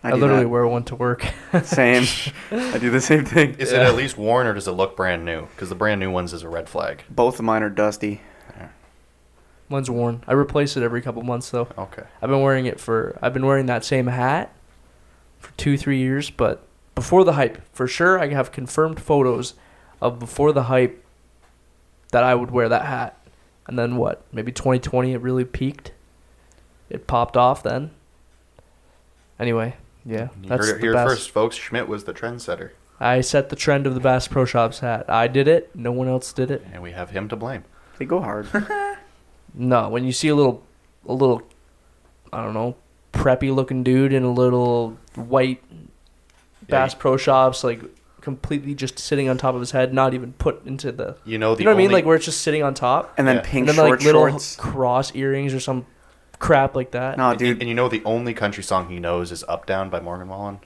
I,
do
literally
that. <laughs>
wear one to work. <laughs>
same. I do the same thing.
Is it at least worn or does it look brand new? Because the brand new ones is a red flag.
Both of mine are dusty.
Mine's worn. I replace it every couple months though.
Okay.
I've been wearing it for I've been wearing that same hat for two three years, but before the hype for sure. I have confirmed photos of before the hype that I would wear that hat, and then what? Maybe 2020 it really peaked. It popped off then. Anyway, yeah,
You
that's
heard it
the
here
best.
first, folks. Schmidt was the trendsetter,
I set the trend of the Bass Pro Shops hat. I did it. No one else did it.
and we have him to blame.
They go
<laughs>
hard.
No, when you see a little, a little, I don't know, preppy looking dude in a little white Bass Pro Shops, like completely just sitting on top of his head, not even put into the.
You know the
You know what I
only,
mean? Like where it's just sitting on top,
And then
Yeah.
pink
and then
short
like little
shorts.
cross earrings or some crap like that.
No,
and,
dude.
and you know the only country song he knows is "Up Down" by Morgan Wallen,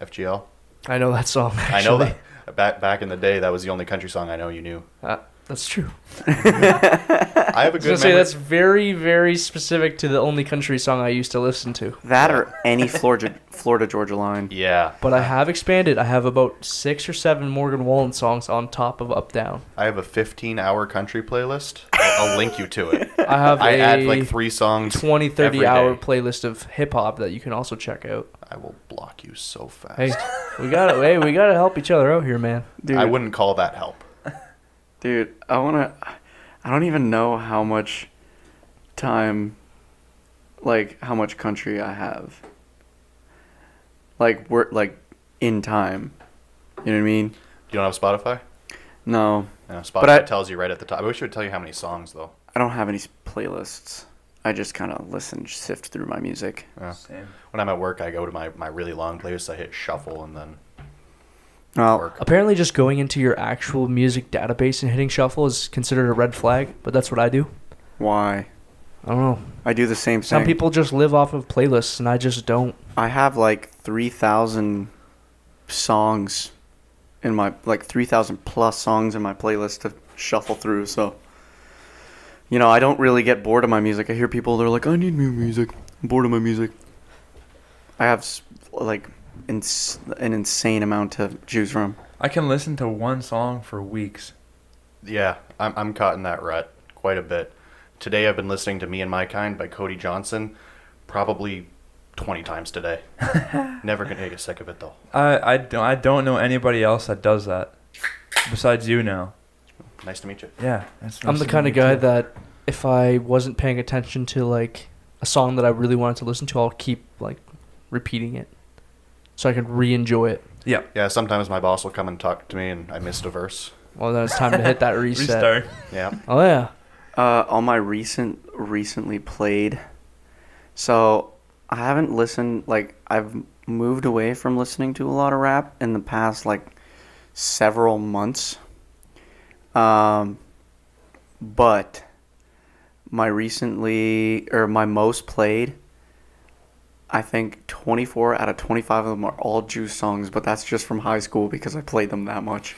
FGL.
I know that song.
I know
actually.
that back back in the day, that was the only country song I know you knew.
<laughs> Uh, that's true.
I have a
I was gonna
good
say
memory.
that's very, very specific to the only country song I used to listen to.
That or
<laughs>
any Florida Florida Georgia line.
Yeah,
But I have expanded. I have about six or seven Morgan Wallen songs on top of Up Down.
I have a 15-hour country playlist. I'll, I'll link you to
<laughs>
it.
I have
I
a
add like three songs.
20, 30
every
hour
day.
playlist of hip hop that you can also check out.
I will block you so fast.
Hey, we gotta hey, we gotta help each other out here, man.
Dude,
I wouldn't call that help.
dude, I wanna I don't even know how much time like how much country I have. Like we're like in time. You know what I mean?
You don't have Spotify?
No,
Yeah, Spotify
But I-
tells you right at the top. I wish it would tell you how many songs though.
I don't have any s- playlists. I just kind of listen, sift through my music.
Yeah.
Same.
When I'm at work, I go to my, my really long playlist. I hit shuffle and then
Well,
work.
Apparently, just going into your actual music database and hitting shuffle is considered a red flag, but that's what I do.
why?
I don't know.
I do the same
Some
thing.
people just live off of playlists, and I just don't.
I have like 3,000 songs in my, like 3,000 plus songs in my playlist to shuffle through. So, you know, I don't really get bored of my music. I hear people, they're like, I need new music. I'm bored of my music. I have s- like ins- an insane amount to choose from.
I can listen to one song for weeks.
Yeah, I'm, I'm caught in that rut quite a bit. Today I've been listening to Me and My Kind by Cody Johnson probably 20 times
<laughs>
today. Never gonna get sick of it though.
I I don't I don't know anybody else that does that besides you now.
Nice to meet you.
Yeah, that's
I'm
nice
the
to
kind
meet
of
you
guy
too.
that if I wasn't paying attention to like a song that I really wanted to listen to, I'll keep like repeating it so I can re-enjoy it.
yeah
Yeah, sometimes my boss will come and talk to me and I missed a verse.
Well, then it's time to hit
<laughs>
that reset.
restart.
Yeah.
Oh yeah.
Uh, on my recent, recently played. So I haven't listened. Like I've moved away from listening to a lot of rap in the past, like several months. Um, but my recently or my most played. I think 24 out of 25 of them are all Juice songs, but that's just from high school because I played them that much.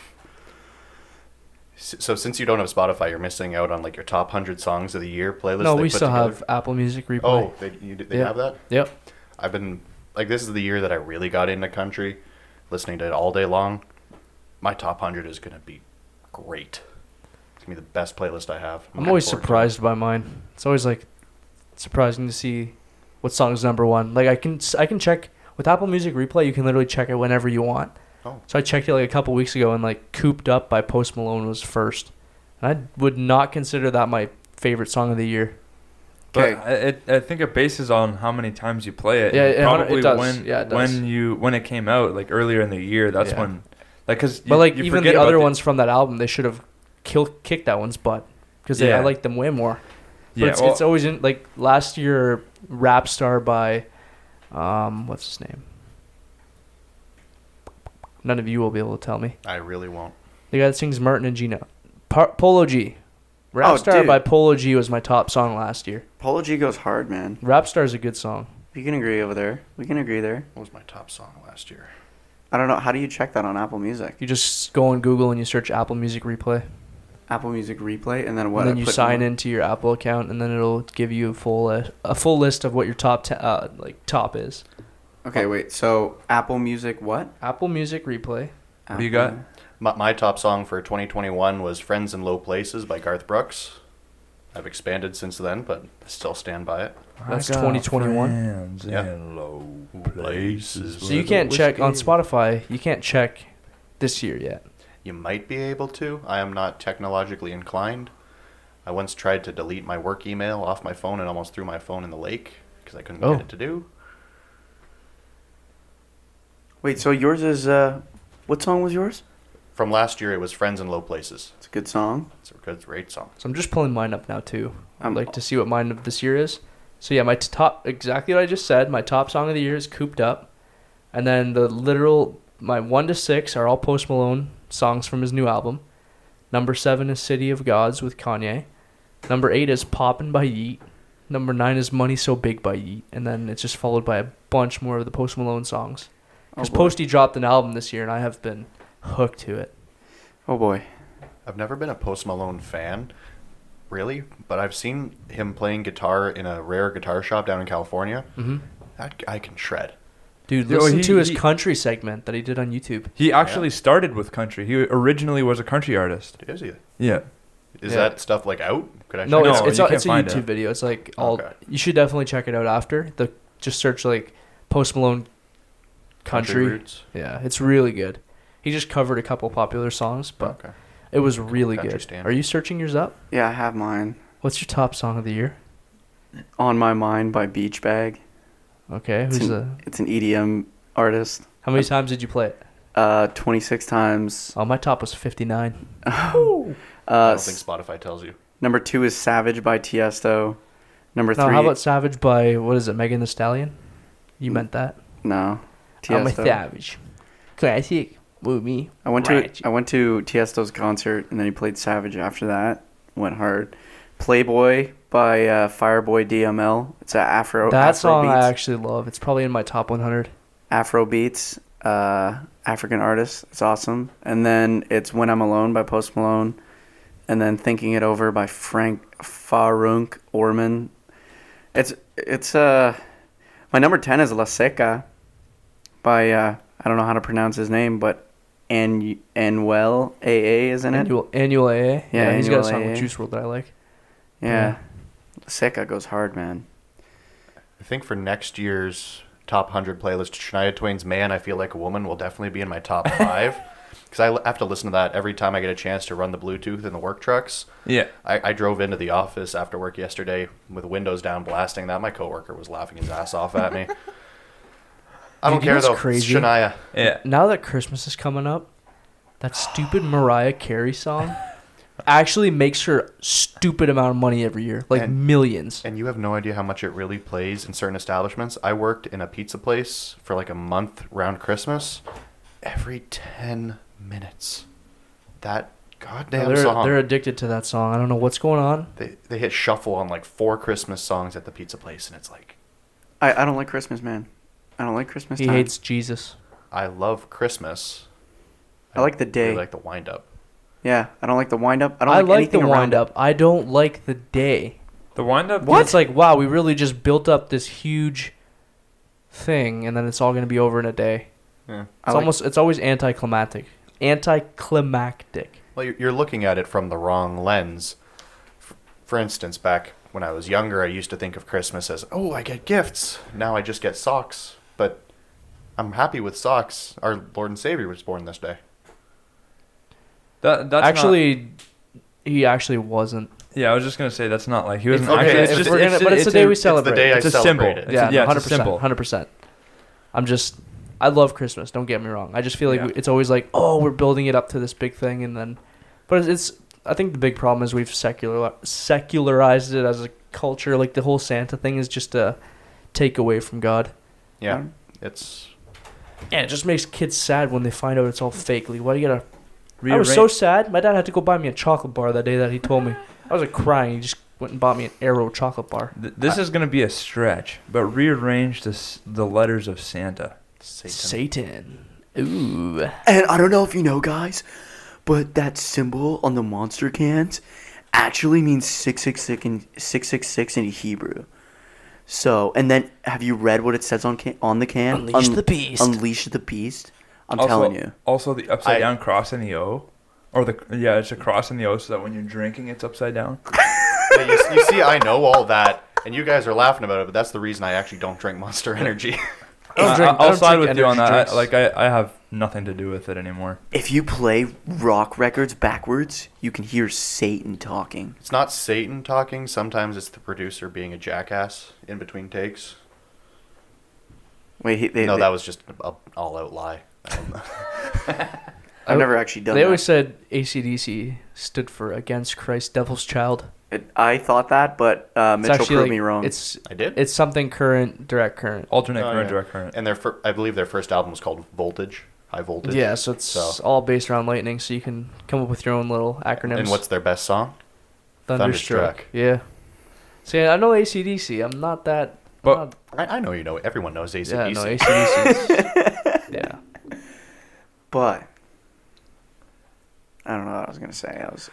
S- So since you don't have Spotify, you're missing out on like your top 100 songs of the year playlist.
no,
they
we
put
still
together.
have Apple Music replay.
Oh, they, you, do- they
Yeah.
have that?
Yep.
I've been like this is the year that I really got into country, listening to it all day long. My top hundred is gonna be great. It's gonna be the best playlist I have. looking
I'm always
forward to
surprised by mine. It's always like surprising to see what song is number one. Like I can I can check with Apple Music Replay. You can literally check it whenever you want.
Oh.
So I checked it like a couple weeks ago, and like "Cooped Up" by Post Malone was first. And I would not consider that my favorite song of the year.
'Kay.
But I, it, I think it bases on how many times you play it.
Yeah,
and
it hun- it
probably
does.
when
Yeah, it does.
when you when it came out, like earlier in the year, that's
Yeah.
when, like, cause you,
but like
you
even
forget
the
about
other ones from that album, they should have kill kicked that one's butt because
Yeah.
I liked them way more. But
Yeah,
it's,
well,
it's always in like last year, Rap Star by, um, what's his name? None of you will be able to tell me.
it. I really won't.
The guy that sings Martin and Gina, Par- Polo G. Rap
Oh,
Star
dude.
by Polo G was my top song last year.
Polo G goes hard, man.
Rap Star is a good song.
We can agree over there. We can agree there.
What was my top song last year?
I don't know. How do you check that on Apple Music?
You just go on Google and you search Apple Music Replay,
Apple Music Replay, and then what?
and then
I
you
put
sign
more-
into your Apple account, and then it'll give you a full uh, a full list of what your top te- uh, like top is.
Okay, wait. So Apple Music, what?
Apple Music Replay.
Apple,
do you got?
My, my top song for 2021 was "Friends in Low Places" by Garth Brooks. I've expanded since then, but I still stand by it.
I
that's
got
2021.
friends
Yeah.
in low places
So you
with
can't check on
whiskey.
Spotify. You can't check this year yet.
You might be able to. I am not technologically inclined. I once tried to delete my work email off my phone and almost threw my phone in the lake because I couldn't
Oh.
get it to do.
Wait. So yours is uh, what song was yours?
From last year, it was "Friends in Low Places."
It's a good song.
It's a good great song.
So I'm just pulling mine up now too. I'd
Um,
like to see what mine of this year is. So yeah, my t- top exactly what I just said. My top song of the year is "Cooped Up," and then the literal my one to six are all Post Malone songs from his new album. Number seven is "City of Gods" with Kanye. Number eight is "Poppin" by Yeet. Number nine is "Money So Big" by Yeet, and then it's just followed by a bunch more of the Post Malone songs.
Oh
Because
boy.
Posty dropped an album this year, and I have been hooked to it.
oh boy.
I've never been a Post Malone fan, really, but I've seen him playing guitar in a rare guitar shop down in California.
Mm-hmm.
That guy can shred.
Dude,
Yo,
listen
he-
to his
he-
country segment that he did on YouTube.
He actually started with country. He originally was a country artist.
Is he?
Yeah,
Is
Yeah.
that stuff like out? Could I?
No,
check
No,
it's
it out?
it's,
you
a,
can't
it's a
find
YouTube
it.
video. It's like all
Okay.
you should definitely check it out after the just search like Post Malone country.
roots.
Yeah, it's really good. He just covered a couple popular songs, but
Okay.
it was really
Country
good.
stand.
Are you searching yours up?
Yeah, I have mine.
What's your top song of the year?
On my mind by Beach Bag.
Okay,
It's
who's
an,
the?
<laughs> it's an EDM artist.
How many times did you play it?
uh, 26 times.
Oh, my top was 59.
I
Uh,
don't think Spotify tells you.
number two is Savage by Tiesto. Number
No,
three.
how about Savage by what is it? Megan the Stallion. You meant that.
no.
I'm a
Tiesto.
savage. Classic movie.
I went to
Right.
I went to Tiesto's concert and then he played Savage after that. Went hard. Playboy by uh, Fireboy DML. It's a Afro
that
Afro
song I
beats.
actually love. It's probably in my top 100.
Afro beats. Uh, African artist. It's awesome. And then it's When I'm Alone by Post Malone. And then Thinking It Over by Frank Farunk Orman. It's it's uh my number ten is La Seca by uh I don't know how to pronounce his name, but An Anwell AA is in it.
Annual, annual AA. Yeah, he's
Annual
got a song with
AA.
Juice World that I like.
Yeah. Seca goes hard, man.
I think for next year's top 100 playlist, Shania Twain's Man, I Feel Like a Woman will definitely be in my
<laughs>
top five. Because I l- have to listen to that every time I get a chance to run the Bluetooth in the work trucks.
Yeah.
I, I drove into the office after work yesterday with windows down blasting that. My coworker was laughing his ass off at
<laughs>
me. I don't
Dude, you know
care
what's
though. It's
crazy?
Shania.
Yeah.
Now that Christmas is coming up,
<sighs>
that stupid Mariah Carey song actually makes her stupid amount of money every year, like
And-
millions.
And you have no idea how much it really plays in certain establishments. I worked in a pizza place for like a month around Christmas. Every 10 minutes, that goddamn
they're,
song.
they're addicted to that song. I don't know what's going on.
they, they hit shuffle on like four Christmas songs at the pizza place, and it's like,
I, I don't like Christmas, man. I don't like Christmas
He
time.
hates Jesus.
I love Christmas.
I like the
don't
day.
Really like the wind up.
yeah, I don't like the wind up. I
I,
don't like,
like the
anything around
wind
it.
up. I don't like the day.
The wind up.
What? It's like, wow, we really just built up this huge thing, and then it's all going to be over in a day.
Yeah.
I
It's
like-
almost, it's always anticlimactic. Anticlimactic.
Well, you're, you're looking at it from the wrong lens. F- For instance, back when I was younger, I used to think of Christmas as, oh, I get gifts. Now I just get socks. But I'm happy with socks. Our Lord and Savior was born this day.
That, that's actually.
actually, he actually wasn't.
yeah, I was just gonna say that's not like he was.
It's
not
okay,
actually,
it's
just-
just-
it's-
but it's the day
a-
we
It's the
Celebrate.
day I
It's a
celebrate
symbol.
it.
Yeah,
Yeah,
yeah,
hundred
it's a
percent,
symbol.
hundred percent. I'm just, I love Christmas. Don't get me wrong. I just feel like
Yeah.
it's always like, oh, we're building it up to this big thing, and then, but it's, it's I think the big problem is we've secular secularized it as a culture. Like the whole Santa thing is just a takeaway from God.
Yeah. It's
And it just makes kids sad when they find out it's all fake. Like, why do you gotta? I
Rearrange-
was so sad. My dad had to go buy me a chocolate bar that day that he told me. I was like crying. He just went and bought me an Arrow chocolate bar.
Th- this is gonna be a stretch, but rearrange this, the letters of Santa.
Satan.
Satan. Ooh.
And I don't know if you know, guys, but that symbol on the monster cans actually means 666 in, 666 in Hebrew. So, and then have you read what it says on can, on the can?
Unleash the beast.
Unleash the beast. I'm
also,
telling you.
Also, the upside
I-
down cross and the O, or the yeah, it's a cross and the O, so that when you're drinking, it's upside down.
Yeah, you, s- you see, I know all that, and you guys are laughing about it, but that's the reason I actually don't drink Monster <laughs> Energy.
I don't
I-
drink- I
I'll
don't
side
drink
with you on
energy
that. I,
drinks.
like I, I have nothing to do with it anymore.
If you play rock records backwards, you can hear Satan talking.
it's not Satan talking. Sometimes it's the producer being a jackass in between takes.
Wait, he, they,
no,
they-
that was just an all-out lie. I don't know.
I've never actually done
Oh, They
that.
always said ACDC stood for Against Christ, Devil's Child.
It- I thought that, but uh,
It's
Mitchell
actually,
proved
like-
me wrong.
It's
I did.
it's something current, direct current.
Alternate
Oh,
current,
yeah.
direct current.
And their, fir- I believe their first album was called Voltage, High Voltage.
Yeah, so it's
So-
all based around lightning, so you can come up with your own little acronyms.
And what's their best song? Thunderstruck.
Yeah. See, I know ACDC. I'm not that.
But-
not,
I, I know you know. it. Everyone knows AC/DC.
yeah, no <laughs> ACDC. yeah.
but I don't know what I was gonna say. I was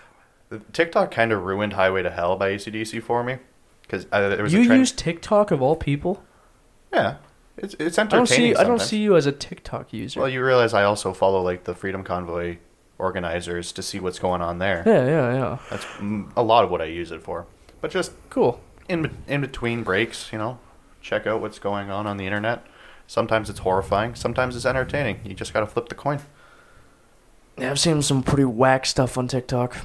The TikTok kind of ruined Highway to Hell by AC/DC for me because uh, there was
You
a trend.
use TikTok of all people.
yeah, it's it's
I
entertaining.
don't see. I don't
sometimes.
see you as a TikTok user.
Well, you realize I also follow like the Freedom Convoy organizers to see what's going on there.
<laughs> yeah, yeah, yeah.
That's mm, a lot of what I use it for. But just
Cool.
in be- in between breaks, you know, check out what's going on on the internet. Sometimes it's horrifying. Sometimes it's entertaining. You just gotta flip the coin.
Yeah, I've seen some pretty whack stuff on TikTok.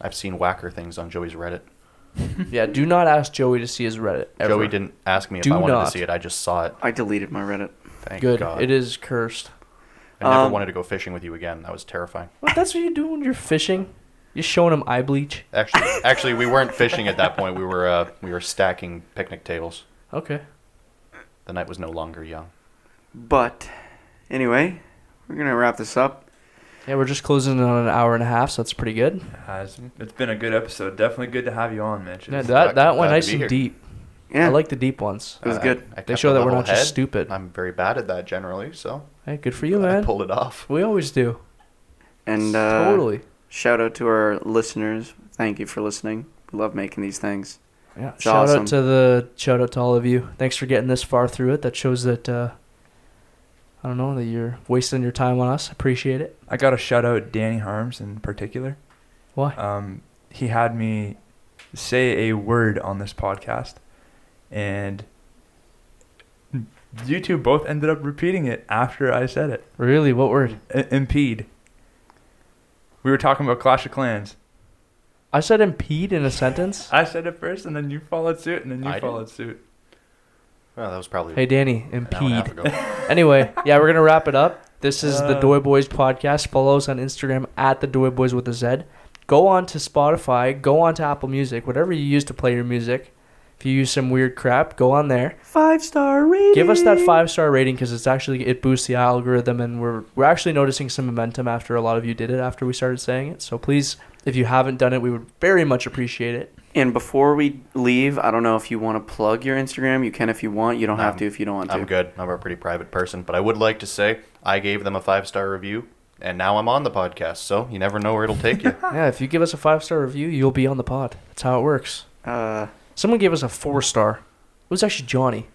I've seen whacker things on Joey's Reddit.
<laughs> yeah, do not ask Joey to see his Reddit. Ever.
Joey didn't ask me if
Do
I wanted
not.
to see it. I just saw it.
I deleted my Reddit.
Thank
Good.
God.
It is cursed.
I never
Um,
wanted to go fishing with you again. That was terrifying.
What? That's what you do when you're fishing. You're showing them eye bleach. <laughs>
Actually, actually, we weren't fishing at that point. We were uh, we were stacking picnic tables.
Okay.
The night was no longer young.
But anyway, we're gonna wrap this up.
Yeah, we're just closing in on an hour and a half, so that's pretty good.
Uh, it's- it's been a good episode. Definitely good to have you on, Mitch.
Yeah,
It's-
that that
glad
one
to
nice
be
and
here.
deep.
Yeah,
I like the deep ones.
It was
I-
good.
I
They
kept
show
a
that we're
level
not just
head.
stupid.
I'm very bad at that generally, so
Hey, good for you,
I
man.
pulled it off.
We always do.
and uh,
totally.
shout out to our listeners. Thank you for listening. We love making these things.
Yeah.
it's
Shout
awesome.
out to the shout out to all of you. Thanks for getting this far through it. That shows that uh, I don't know that you're wasting your time on us. Appreciate it.
I got to shout out Danny Harms in particular.
Why?
Um, he had me say a word on this podcast, and you two both ended up repeating it after I said it.
Really? What word?
I- impede. We were talking about Clash of Clans.
I said impede in a sentence.
<laughs> I said it first, and then you followed suit, and then you
I did.
followed suit.
Well, that was probably
Hey, Danny,
an hour and a half
impede.
ago.
anyway, yeah, we're gonna wrap it up. This is the
Uh.
Doy Boys podcast. Follow us on Instagram at the Doy Boys with a Z. Go on to Spotify. Go on to Apple Music. Whatever you use to play your music. If you use some weird crap, go on there.
Five star rating.
Give us that five star rating because it's actually it boosts the algorithm, and we're we're actually noticing some momentum after a lot of you did it after we started saying it. So please, if you haven't done it, we would very much appreciate it.
And before we leave, I don't know if you want to plug your Instagram. You can if you want. You don't
No,
have to if you don't want to.
Um, I'm
<laughs>
good. I'm a pretty private person, but I would like to say I gave them a five star review, and now I'm on the podcast. So you never know where it'll
<laughs>
take you.
Yeah, if you give us a five star review, you'll be on the pod. That's how it works.
Uh,
Someone gave us a four star. It was actually Johnny.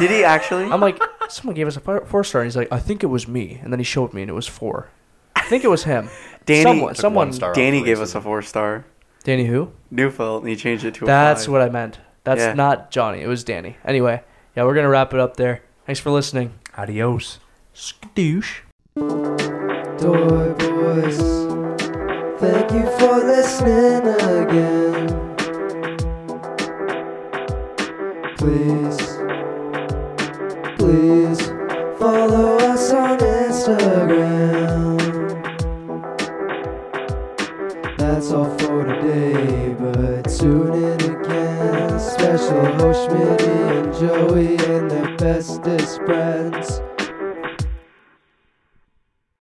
did he actually?
<laughs> I'm like, someone gave us a four four star, and he's like, I think it was me, and then he showed me, and it was four. I think it was him.
Danny-
someone,
Took
someone,
one star.
Danny gave us a four star.
Danny who?
Neufeld, and he changed it to a
That's
five.
what I meant. That's
Yeah.
not Johnny. It was Danny. Anyway, yeah, we're gonna wrap it up there. Thanks for listening.
Adios.
Skadoosh.
Door Boys. Thank you for listening again. Please, please follow us on Instagram. That's all for today, but tune in again. Special host Schmitty and Joey and their bestest friends.